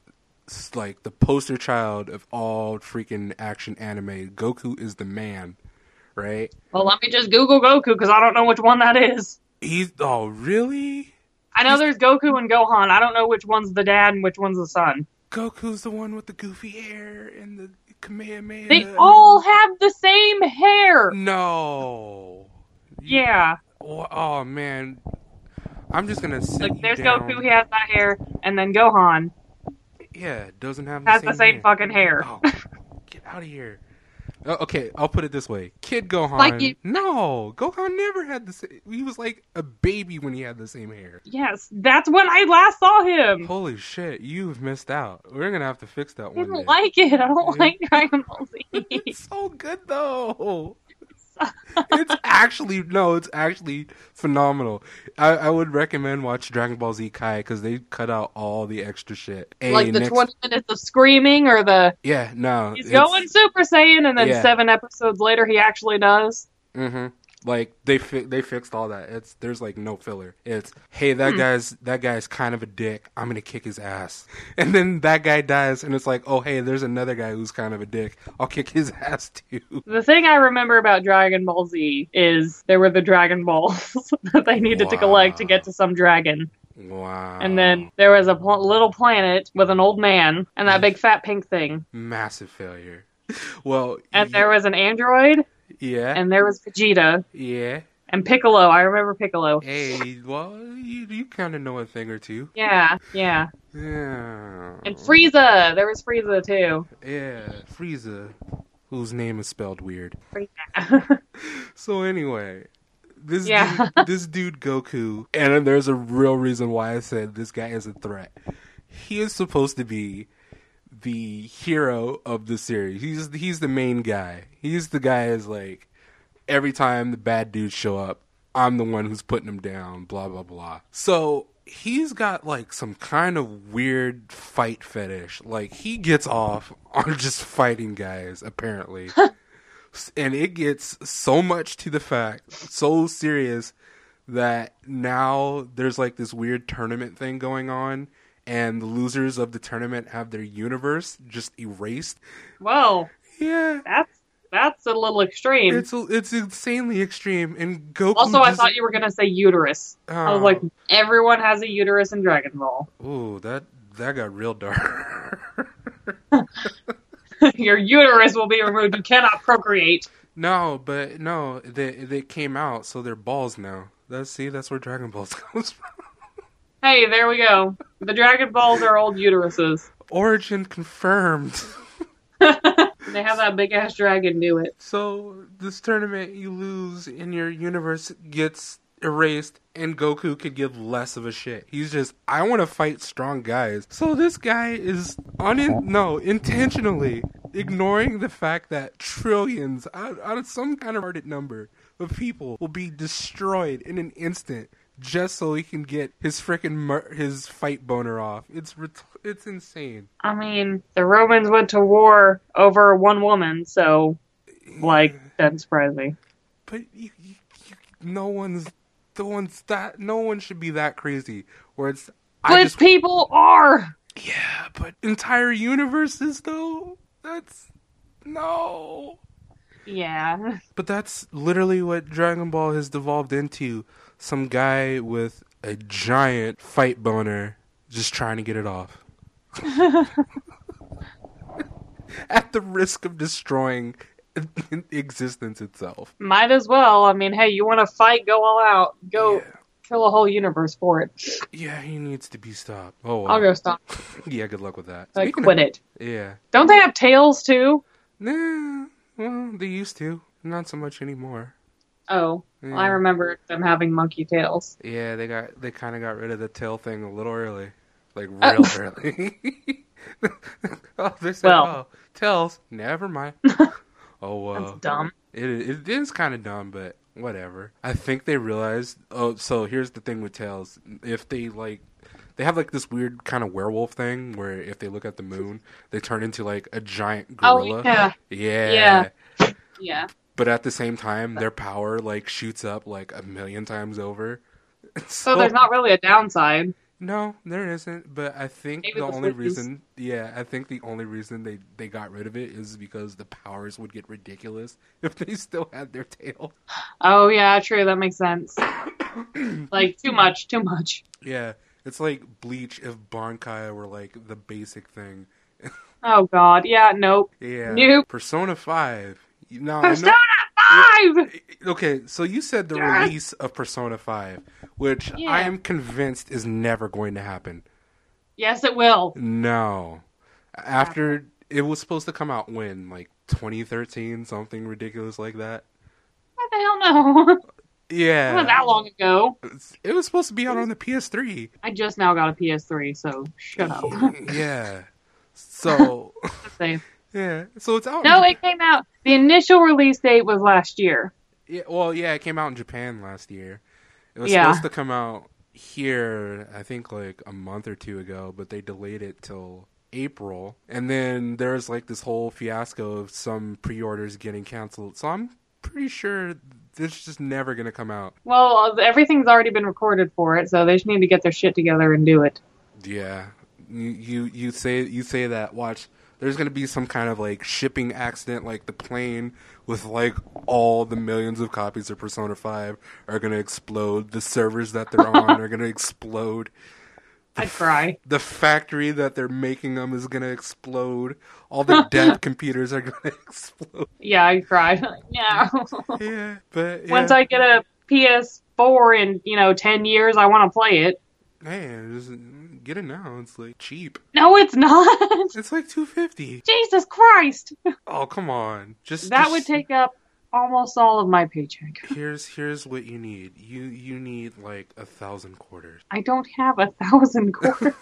Speaker 2: s- like the poster child of all freaking action anime, Goku is the man, right?
Speaker 1: Well, let me just Google Goku because I don't know which one that is.
Speaker 2: He's oh really?
Speaker 1: I know there's Goku and Gohan. I don't know which one's the dad and which one's the son.
Speaker 2: Goku's the one with the goofy hair and the Kamehameha.
Speaker 1: They all have the same hair.
Speaker 2: No.
Speaker 1: Yeah,
Speaker 2: Wha- Oh man, I'm just gonna sit
Speaker 1: like
Speaker 2: you
Speaker 1: there's
Speaker 2: down.
Speaker 1: Goku. He has that hair, and then Gohan
Speaker 2: Yeah, doesn't have the
Speaker 1: has
Speaker 2: same
Speaker 1: the same
Speaker 2: hair.
Speaker 1: fucking hair.
Speaker 2: Oh, get out of here. Oh, okay, I'll put it this way: Kid Gohan.
Speaker 1: Like you-
Speaker 2: No, Gohan never had the same. He was like a baby when he had the same hair.
Speaker 1: Yes, that's when I last saw him.
Speaker 2: Holy shit, you've missed out. We're gonna have to fix that
Speaker 1: I
Speaker 2: one.
Speaker 1: don't
Speaker 2: day.
Speaker 1: like it. I don't
Speaker 2: Yeah.
Speaker 1: like Dragon Ball Z.
Speaker 2: it's so good though. it's actually no, it's actually phenomenal. I, I would recommend watch Dragon Ball Z Kai because they cut out all the extra shit. Hey,
Speaker 1: like the
Speaker 2: next-
Speaker 1: 20 minutes of screaming or the
Speaker 2: yeah, no,
Speaker 1: he's
Speaker 2: it's-
Speaker 1: going Super Saiyan and then
Speaker 2: Yeah.
Speaker 1: seven episodes later he actually does.
Speaker 2: Mhm. Like they fi- they fixed all that. It's there's like no filler. It's hey that
Speaker 1: Hmm.
Speaker 2: guy's that guy's kind of a dick. I'm gonna kick his ass, and then that guy dies, and it's like oh hey there's another guy who's kind of a dick. I'll kick his ass too.
Speaker 1: The thing I remember about Dragon Ball Z is there were the Dragon Balls that they needed to collect to
Speaker 2: Wow.
Speaker 1: get to some dragon.
Speaker 2: Wow.
Speaker 1: And then there was a pl- little planet with an old man and that big fat pink thing.
Speaker 2: massive failure. Well,
Speaker 1: And
Speaker 2: y-
Speaker 1: there was an android
Speaker 2: yeah,
Speaker 1: and there was Vegeta
Speaker 2: yeah.
Speaker 1: and Piccolo. I remember Piccolo.
Speaker 2: Hey, well, you, you kind of know a thing or two.
Speaker 1: Yeah, yeah.
Speaker 2: Yeah.
Speaker 1: And Frieza. There was Frieza too.
Speaker 2: Yeah, Frieza, whose name is spelled weird.
Speaker 1: Frieza.
Speaker 2: So anyway, this
Speaker 1: Yeah.
Speaker 2: dude, this dude Goku, and there's a real reason why I said this guy is a threat. He is supposed to be the hero of the series. He's he's the main guy. He's the guy is like every time the bad dudes show up, I'm the one who's putting them down, blah blah blah. So he's got like some kind of weird fight fetish. Like he gets off on just fighting guys apparently. and it gets so much to the fact, so serious that now there's like this weird tournament thing going on and the losers of the tournament have their universe just erased.
Speaker 1: Whoa,
Speaker 2: Yeah.
Speaker 1: that's that's a little extreme.
Speaker 2: It's it's insanely extreme and Goku
Speaker 1: also, I
Speaker 2: just-
Speaker 1: thought you were gonna say uterus. I was
Speaker 2: Oh.
Speaker 1: like, everyone has a uterus in Dragon Ball.
Speaker 2: Ooh, that that got real dark.
Speaker 1: Your uterus will be removed. You cannot procreate.
Speaker 2: no, but no, they they came out, so they're balls now. That's see, that's where Dragon Balls comes from.
Speaker 1: Hey, there we go. The Dragon Balls are old uteruses.
Speaker 2: Origin confirmed.
Speaker 1: They have that big ass dragon do it.
Speaker 2: So this tournament you lose and your universe gets erased and Goku could give less of a shit. He's just I want to fight strong guys. So this guy is un no, intentionally ignoring the fact that trillions out, out of some kind of retarded number of people will be destroyed in an instant just so he can get his frickin' mur- his fight boner off. It's ret- it's insane.
Speaker 1: I mean, the Romans went to war over one woman, so like that's surprising.
Speaker 2: But you, you, you, no one's, no one's that. No one should be that crazy. Where it's, I
Speaker 1: But
Speaker 2: just,
Speaker 1: people are.
Speaker 2: yeah. But entire universes, though. That's no.
Speaker 1: Yeah.
Speaker 2: But that's literally what Dragon Ball has devolved into. Some guy with a giant fight boner just trying to get it off. At the risk of destroying existence itself.
Speaker 1: Might as well. I mean, hey, you want to fight? Go all out. Go
Speaker 2: Yeah.
Speaker 1: kill a whole universe for it.
Speaker 2: Yeah, he needs to be stopped. Oh, well.
Speaker 1: I'll go stop.
Speaker 2: Yeah, good luck with that.
Speaker 1: Like,
Speaker 2: Speaking
Speaker 1: quit
Speaker 2: of-
Speaker 1: it.
Speaker 2: Yeah.
Speaker 1: Don't they have tails too?
Speaker 2: Nah, well, they used to. Not so much anymore.
Speaker 1: Oh, well, I
Speaker 2: Yeah.
Speaker 1: remember them having monkey tails.
Speaker 2: Yeah, they got they kind of got rid of the tail thing a little early, like real
Speaker 1: Uh.
Speaker 2: early. oh, they said,
Speaker 1: Well.
Speaker 2: "Oh, tails, never mind." oh, well,
Speaker 1: That's dumb.
Speaker 2: It is- it is kind of dumb, but whatever. I think they realized. Oh, so here's the thing with tails: if they like, they have like this weird kind of werewolf thing where if they look at the moon, they turn into like a giant
Speaker 1: Oh,
Speaker 2: gorilla.
Speaker 1: yeah.
Speaker 2: yeah,
Speaker 1: Yeah. Yeah.
Speaker 2: But at the same time, their power like shoots up like a million times over.
Speaker 1: So Oh, there's not really a downside.
Speaker 2: No, there isn't. But I think
Speaker 1: Maybe
Speaker 2: the
Speaker 1: the
Speaker 2: only
Speaker 1: 50s.
Speaker 2: reason, yeah, I think the only reason they they got rid of it is because the powers would get ridiculous if they still had their tail.
Speaker 1: Oh yeah, true. That makes sense. like too much, too much.
Speaker 2: Yeah, it's like Bleach if Bonkai were like the basic thing.
Speaker 1: Oh god. Yeah. Nope.
Speaker 2: Yeah.
Speaker 1: Nope.
Speaker 2: Persona Five. You- Now I know-
Speaker 1: Persona Five.
Speaker 2: Okay, so you said the
Speaker 1: Yeah.
Speaker 2: release of Persona Five, which
Speaker 1: Yeah.
Speaker 2: I am convinced is never going to happen.
Speaker 1: Yes, it will.
Speaker 2: No. After it was supposed to come out when like 2013 something ridiculous like that.
Speaker 1: What the hell? No. It wasn't
Speaker 2: Yeah.
Speaker 1: that long ago.
Speaker 2: It was supposed to be out on the PS3.
Speaker 1: I just now got a PS3, so shut up.
Speaker 2: yeah. So,
Speaker 1: Say-
Speaker 2: yeah. So it's out. in
Speaker 1: no,
Speaker 2: Jap-
Speaker 1: it came out. The initial release date was last year.
Speaker 2: yeah, well, yeah, it came out in Japan last year. It was
Speaker 1: Yeah.
Speaker 2: supposed to come out here I think like a month or two ago, but they delayed it till April. And then there's like this whole fiasco of some pre-orders getting canceled. So I'm pretty sure This is just never gonna come out.
Speaker 1: Well, everything's already been recorded for it, so they just need to get their shit together and do it.
Speaker 2: Yeah, you you, you say you say that. Watch, there's gonna be some kind of like shipping accident, like the plane with like all the millions of copies of Persona Five are gonna explode. The servers that they're on are gonna explode.
Speaker 1: I'd cry.
Speaker 2: The factory that they're making them is gonna explode. All the dead computers are gonna explode.
Speaker 1: Yeah, I'd cry. yeah.
Speaker 2: Yeah, but yeah.
Speaker 1: Once I get a PS4 in you know ten years, I want to play it.
Speaker 2: hey, just get it now. It's like cheap.
Speaker 1: No, it's not.
Speaker 2: It's like two fifty.
Speaker 1: Jesus Christ,
Speaker 2: Oh come on, just
Speaker 1: that
Speaker 2: just-
Speaker 1: would take up almost all of my paycheck.
Speaker 2: Here's here's what you need. You you need like a thousand quarters.
Speaker 1: I don't have a thousand quarters.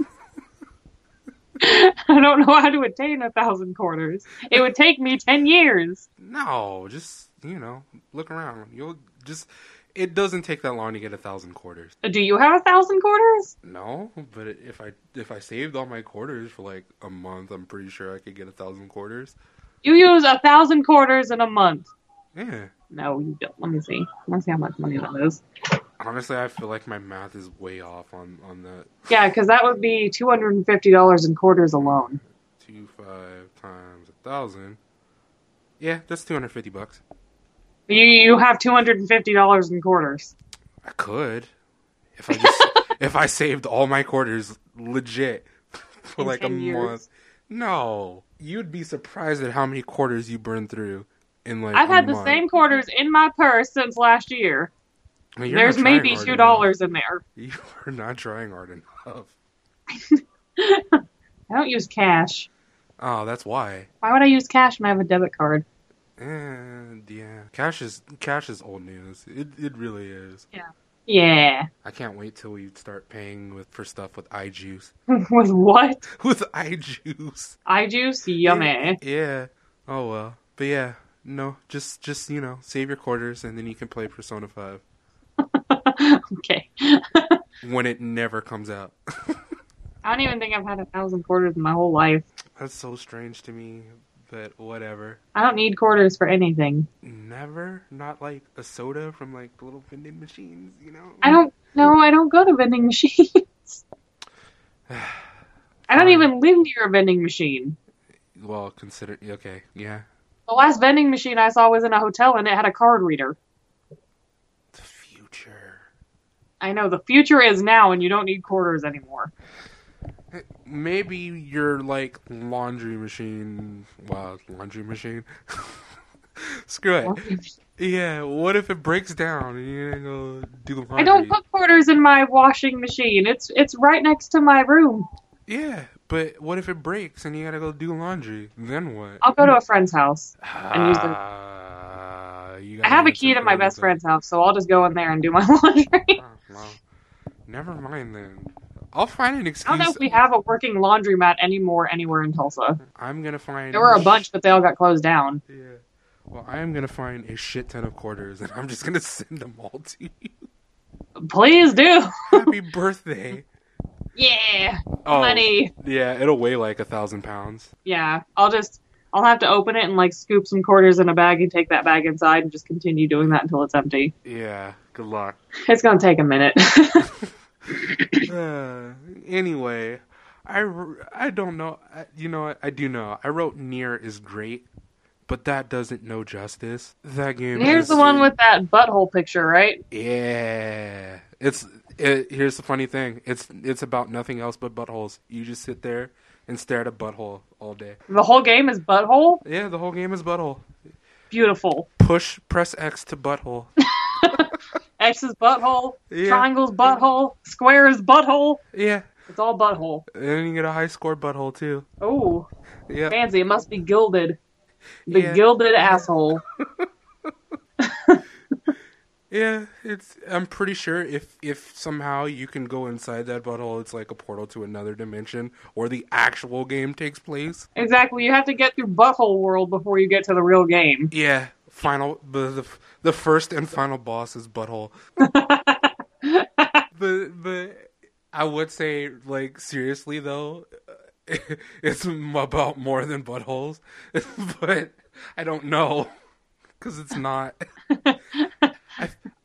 Speaker 1: I don't know how to attain a thousand quarters. It would take me ten years.
Speaker 2: No, just you know, look around. You'll just. It doesn't take that long to get a thousand quarters.
Speaker 1: Do you have a thousand quarters?
Speaker 2: No, but if I if I saved all my quarters for like a month, I'm pretty sure I could get a thousand quarters.
Speaker 1: You use a thousand quarters in a month.
Speaker 2: Yeah.
Speaker 1: No, you don't. Let me see. Let me see how much money that is.
Speaker 2: Honestly, I feel like my math is way off on on that.
Speaker 1: Yeah, because that would be two hundred and fifty dollars in quarters alone.
Speaker 2: Two five times a thousand. Yeah, that's two hundred fifty bucks.
Speaker 1: You you have two hundred and fifty dollars in quarters.
Speaker 2: I could, if I just if I saved all my quarters legit for
Speaker 1: In
Speaker 2: like a
Speaker 1: 10 years.
Speaker 2: month. No, you'd be surprised at how many quarters you burn through in like.
Speaker 1: I've
Speaker 2: a
Speaker 1: had the
Speaker 2: month.
Speaker 1: same quarters in my purse since last year.
Speaker 2: I mean, you're
Speaker 1: There's
Speaker 2: not trying
Speaker 1: maybe
Speaker 2: hard
Speaker 1: two
Speaker 2: enough.
Speaker 1: dollars in there.
Speaker 2: You are not trying hard enough.
Speaker 1: I don't use cash.
Speaker 2: Oh, that's why.
Speaker 1: Why would I use cash when I have a debit card?
Speaker 2: And yeah, cash is cash is old news. It it really is.
Speaker 1: Yeah.
Speaker 2: I can't wait till we start paying with for stuff with iJuice.
Speaker 1: With what?
Speaker 2: With iJuice.
Speaker 1: I juice? Yummy.
Speaker 2: Yeah. Oh well. But yeah. No. Just just you know, save your quarters and then you can play Persona Five
Speaker 1: okay.
Speaker 2: when it never comes out.
Speaker 1: I don't even think I've had a thousand quarters in my whole life.
Speaker 2: That's so strange to me, but whatever.
Speaker 1: I don't need quarters for anything.
Speaker 2: Never. Not like a soda from like the little vending machines. You know.
Speaker 1: I don't. No, I don't go to vending machines. I don't even live near a vending machine.
Speaker 2: Well, consider. Okay. Yeah.
Speaker 1: The last vending machine I saw was in a hotel and it had a card reader.
Speaker 2: The future.
Speaker 1: I know the future is now and you don't need quarters anymore.
Speaker 2: Maybe your like laundry machine. Wow, laundry machine. Screw it. Yeah, what if it breaks down and you're gonna go do laundry?
Speaker 1: I don't put quarters in my washing machine. It's it's right next to my room.
Speaker 2: Yeah, but what if it breaks and you gotta go do laundry? Then what?
Speaker 1: I'll go to a friend's house. and use the-
Speaker 2: Ah, you
Speaker 1: I
Speaker 2: gotta
Speaker 1: have a
Speaker 2: use
Speaker 1: key
Speaker 2: the
Speaker 1: to my
Speaker 2: phone
Speaker 1: best
Speaker 2: thing.
Speaker 1: friend's house, so I'll just go in there and do my laundry.
Speaker 2: Oh, well, never mind then. I'll find
Speaker 1: I
Speaker 2: an
Speaker 1: don't
Speaker 2: excuse.
Speaker 1: know if we have a working laundromat anymore anywhere in Tulsa.
Speaker 2: I'm gonna find.
Speaker 1: There were a bunch, but they all got closed down.
Speaker 2: Yeah. Well, I am gonna find a shit ton of quarters, and I'm just gonna send them all to you.
Speaker 1: Please do.
Speaker 2: Happy birthday!
Speaker 1: Yeah,
Speaker 2: Oh,
Speaker 1: money.
Speaker 2: Yeah, it'll weigh like a thousand pounds.
Speaker 1: Yeah, I'll just I'll have to open it and like scoop some quarters in a bag and take that bag inside and just continue doing that until it's empty.
Speaker 2: Yeah. Good luck.
Speaker 1: It's gonna take a minute.
Speaker 2: uh, anyway, I, r- I don't know. I, you know what? I do know. I wrote Near is great, but that doesn't know justice. That game.
Speaker 1: And here's
Speaker 2: is-
Speaker 1: the one with that butthole picture, right?
Speaker 2: Yeah. It's it, here's the funny thing. It's it's about nothing else but buttholes. You just sit there and stare at a butthole all day.
Speaker 1: The whole game is butthole.
Speaker 2: Yeah, the whole game is butthole.
Speaker 1: Beautiful.
Speaker 2: Push press X to butthole.
Speaker 1: X is butthole.
Speaker 2: Yeah.
Speaker 1: Triangle's butthole. Square is butthole.
Speaker 2: yeah,
Speaker 1: It's all butthole.
Speaker 2: and then you get a high score butthole too.
Speaker 1: Oh,
Speaker 2: Yeah.
Speaker 1: fancy! It must be gilded. The
Speaker 2: Yeah.
Speaker 1: gilded asshole.
Speaker 2: Yeah, it's. I'm pretty sure if if somehow you can go inside that butthole, it's like a portal to another dimension where the actual game takes place.
Speaker 1: Exactly. You have to get through butthole world before you get to the real game.
Speaker 2: Yeah, final the the, the first and final boss is butthole. but but I would say like seriously though, it's about more than buttholes. but I don't know because it's not.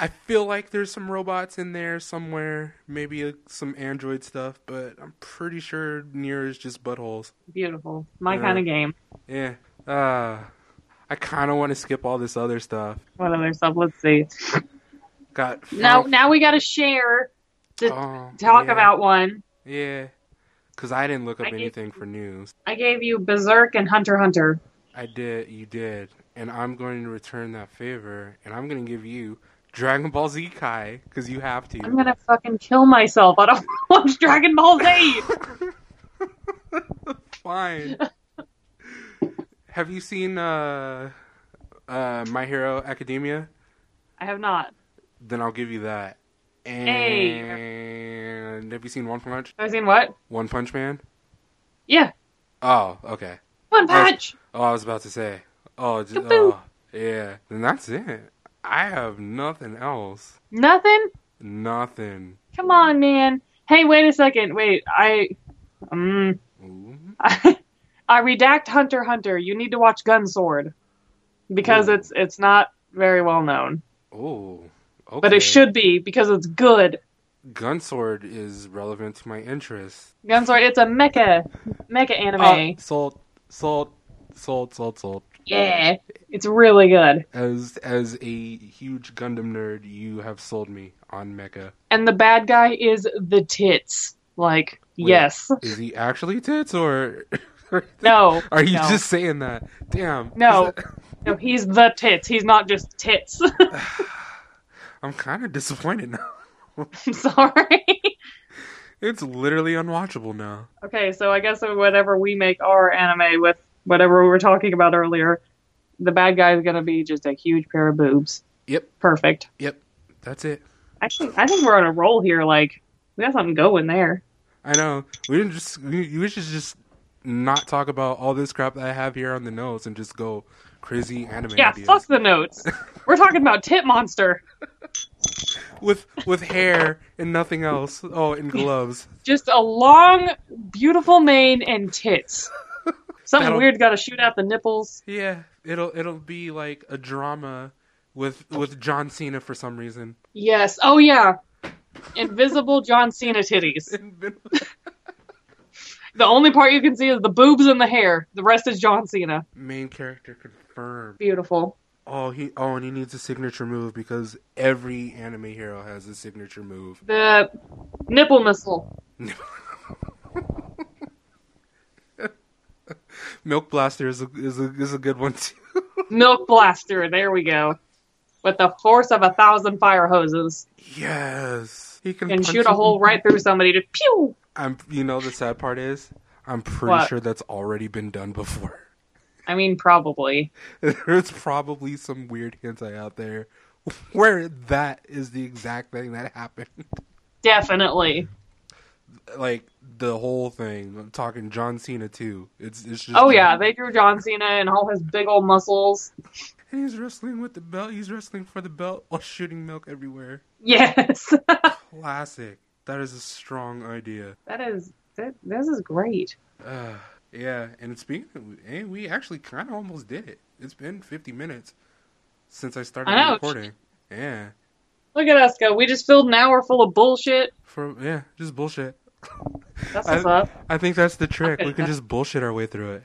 Speaker 2: I feel like there's some robots in there somewhere, maybe uh some android stuff, but I'm pretty sure Nier is just buttholes.
Speaker 1: Beautiful. My
Speaker 2: Yeah.
Speaker 1: kind of game.
Speaker 2: Yeah. Uh, I kind of want to skip all this other stuff.
Speaker 1: What other stuff? Let's see.
Speaker 2: Got
Speaker 1: Now, now we got to share to
Speaker 2: Oh,
Speaker 1: talk
Speaker 2: yeah,
Speaker 1: about one.
Speaker 2: yeah, because I didn't look up
Speaker 1: I gave-
Speaker 2: anything for news.
Speaker 1: I gave you Berserk and Hunter x Hunter.
Speaker 2: I did, you did, and I'm going to return that favor, and I'm going to give you Dragon Ball Z Kai because you have to.
Speaker 1: I'm gonna fucking kill myself. I don't watch Dragon Ball Z.
Speaker 2: Fine. have you seen uh, uh, My Hero Academia?
Speaker 1: I have not.
Speaker 2: Then I'll give you that. And
Speaker 1: Hey.
Speaker 2: have you seen One Punch?
Speaker 1: Have I seen what?
Speaker 2: One Punch Man?
Speaker 1: Yeah,
Speaker 2: Oh, okay.
Speaker 1: One
Speaker 2: That's-
Speaker 1: Punch.
Speaker 2: Oh, I was about to say. Oh, j-
Speaker 1: Kaboom.
Speaker 2: oh yeah. Then that's it. I have nothing else.
Speaker 1: Nothing.
Speaker 2: Nothing.
Speaker 1: Come on, man. Hey, wait a second. Wait, I, um,
Speaker 2: Ooh.
Speaker 1: I, I redact Hunter x Hunter. You need to watch Gunsword because
Speaker 2: Ooh.
Speaker 1: it's it's not very well known,
Speaker 2: Ooh. Okay.
Speaker 1: but it should be because it's good.
Speaker 2: Gunsword is relevant to my interest.
Speaker 1: Gunsword. It's a mecha mecha anime.
Speaker 2: Uh, sold, sold, sold, sold, sold.
Speaker 1: yeah, it's really good.
Speaker 2: As as a huge Gundam nerd, you have sold me on Mecha.
Speaker 1: And the bad guy is the tits. Like,
Speaker 2: Wait.
Speaker 1: yes,
Speaker 2: Is he actually tits or?
Speaker 1: no.
Speaker 2: Are you
Speaker 1: no.
Speaker 2: just saying that? Damn.
Speaker 1: No. No, he's the tits. He's not just tits.
Speaker 2: I'm kind of disappointed now.
Speaker 1: I'm sorry.
Speaker 2: It's literally unwatchable now.
Speaker 1: okay, so I guess whatever we make our anime with whatever we were talking about earlier, the bad guy is gonna be just a huge pair of boobs.
Speaker 2: Yep.
Speaker 1: Perfect.
Speaker 2: Yep, that's it.
Speaker 1: Actually, I think we're on a roll here. Like, we got something going there.
Speaker 2: I know. We didn't just. We, we should just not talk about all this crap that I have here on the notes and just go crazy anime
Speaker 1: Yeah,
Speaker 2: ideas
Speaker 1: fuck the notes. we're talking about tit monster.
Speaker 2: with with hair and nothing else. Oh, and gloves.
Speaker 1: Just a long, beautiful mane and tits. Something
Speaker 2: That'll-
Speaker 1: weird got to shoot out the nipples.
Speaker 2: Yeah, it'll it'll be like a drama with with John Cena for some reason.
Speaker 1: Yes. Oh yeah. Invisible John Cena titties. The only part you can see is the boobs and the hair. The rest is John Cena.
Speaker 2: Main character confirmed.
Speaker 1: Beautiful.
Speaker 2: Oh, he oh, and he needs a signature move because every anime hero has a signature move.
Speaker 1: The nipple missile.
Speaker 2: Milk Blaster is a, is a, is a good one too.
Speaker 1: Milk blaster. There we go. With the force of a thousand fire hoses.
Speaker 2: Yes, he can
Speaker 1: And
Speaker 2: punch
Speaker 1: shoot a
Speaker 2: you-
Speaker 1: hole right through somebody to pew!
Speaker 2: I'm, you know, the sad part is, I'm pretty
Speaker 1: What?
Speaker 2: sure that's already been done before.
Speaker 1: I mean, probably.
Speaker 2: There's probably some weird hentai out there where that is the exact thing that happened.
Speaker 1: Definitely.
Speaker 2: Like the whole thing. I'm talking John Cena too. It's it's just.
Speaker 1: Oh yeah, they drew John Cena and all his big old muscles.
Speaker 2: He's wrestling with the belt. He's wrestling for the belt while shooting milk everywhere.
Speaker 1: Yes.
Speaker 2: Classic. That is a strong idea.
Speaker 1: that is, that, this is great.
Speaker 2: Uh, yeah, and speaking of, hey, we actually kind of almost did it. It's been 50 minutes since I started
Speaker 1: I know.
Speaker 2: recording. Yeah,
Speaker 1: Look at us go. We just filled an hour full of bullshit.
Speaker 2: for yeah, just bullshit.
Speaker 1: That's
Speaker 2: I-
Speaker 1: what's up.
Speaker 2: I think that's the trick.
Speaker 1: Okay,
Speaker 2: We can
Speaker 1: that's-
Speaker 2: just bullshit our way through it.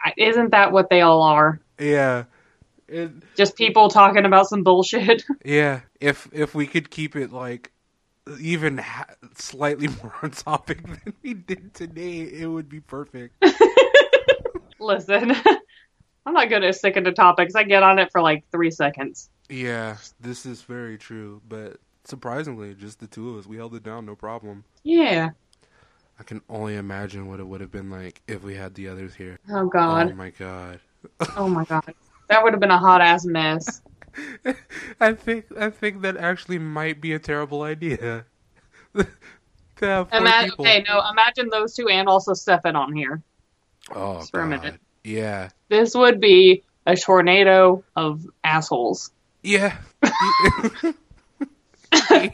Speaker 1: I- Isn't that what they all are?
Speaker 2: Yeah. It,
Speaker 1: Just people talking about some bullshit.
Speaker 2: yeah, if if we could keep it like even ha- slightly more on topic than we did today, it would be perfect.
Speaker 1: Listen, I'm not good at sticking to topics. I get on it for like three seconds.
Speaker 2: yeah, this is very true, but surprisingly, just the two of us, we held it down no problem.
Speaker 1: Yeah.
Speaker 2: I can only imagine what it would have been like if we had the others here.
Speaker 1: Oh
Speaker 2: Oh
Speaker 1: god.
Speaker 2: my god.
Speaker 1: Oh my god. That would have been a hot ass mess.
Speaker 2: I think I think that actually might be a terrible idea. to have four
Speaker 1: Imagine.
Speaker 2: people.
Speaker 1: Okay, no. Imagine those two and also Stefan on here.
Speaker 2: oh
Speaker 1: just for a
Speaker 2: God.
Speaker 1: minute.
Speaker 2: Yeah.
Speaker 1: This would be a tornado of assholes.
Speaker 2: Yeah.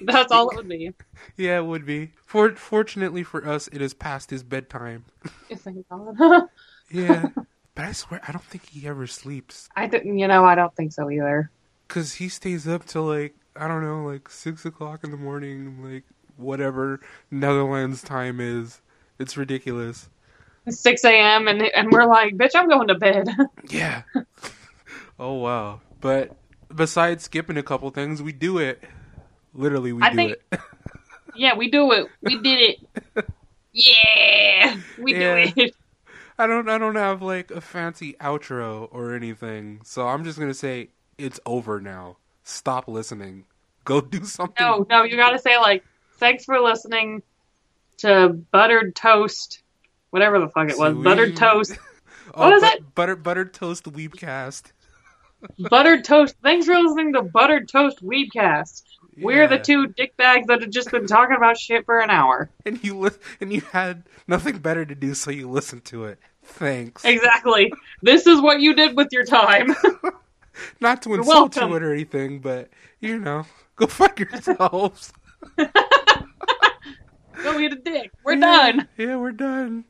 Speaker 1: That's all it would be.
Speaker 2: yeah, it would be. For fortunately for us, it is past his bedtime.
Speaker 1: Thank God.
Speaker 2: Yeah. but I swear I don't think he ever sleeps
Speaker 1: I didn't. You know, I don't think so either.
Speaker 2: cuz he stays up till like I don't know, like six o'clock in the morning, like whatever Netherlands time is. It's ridiculous.
Speaker 1: It's 6 a.m. and and we're like, bitch, I'm going to bed.
Speaker 2: Yeah. oh wow. But besides skipping a couple things, we do it. Literally, we
Speaker 1: I
Speaker 2: do
Speaker 1: think-
Speaker 2: it.
Speaker 1: yeah, we do it. We did it. Yeah, we
Speaker 2: Yeah.
Speaker 1: do it.
Speaker 2: I don't. I don't have like a fancy outro or anything. So I'm just gonna say it's over now. Stop listening. Go do something.
Speaker 1: No, no, you gotta say like, thanks for listening to buttered toast, whatever the fuck it was,
Speaker 2: Sweet.
Speaker 1: buttered toast,
Speaker 2: Oh,
Speaker 1: what is
Speaker 2: but- Butter butter toast weebcast.
Speaker 1: buttered toast. Thanks for listening to buttered toast weebcast. We're the
Speaker 2: Yeah.
Speaker 1: two dickbags that have just been talking about shit for an hour.
Speaker 2: and you li- and you had nothing better to do, so you listened to it. Thanks.
Speaker 1: Exactly. this is what you did with your time.
Speaker 2: Not to insult you
Speaker 1: welcome.
Speaker 2: or anything, but you know, go fuck yourselves.
Speaker 1: Go eat a dick. We're done.
Speaker 2: Yeah, we're done.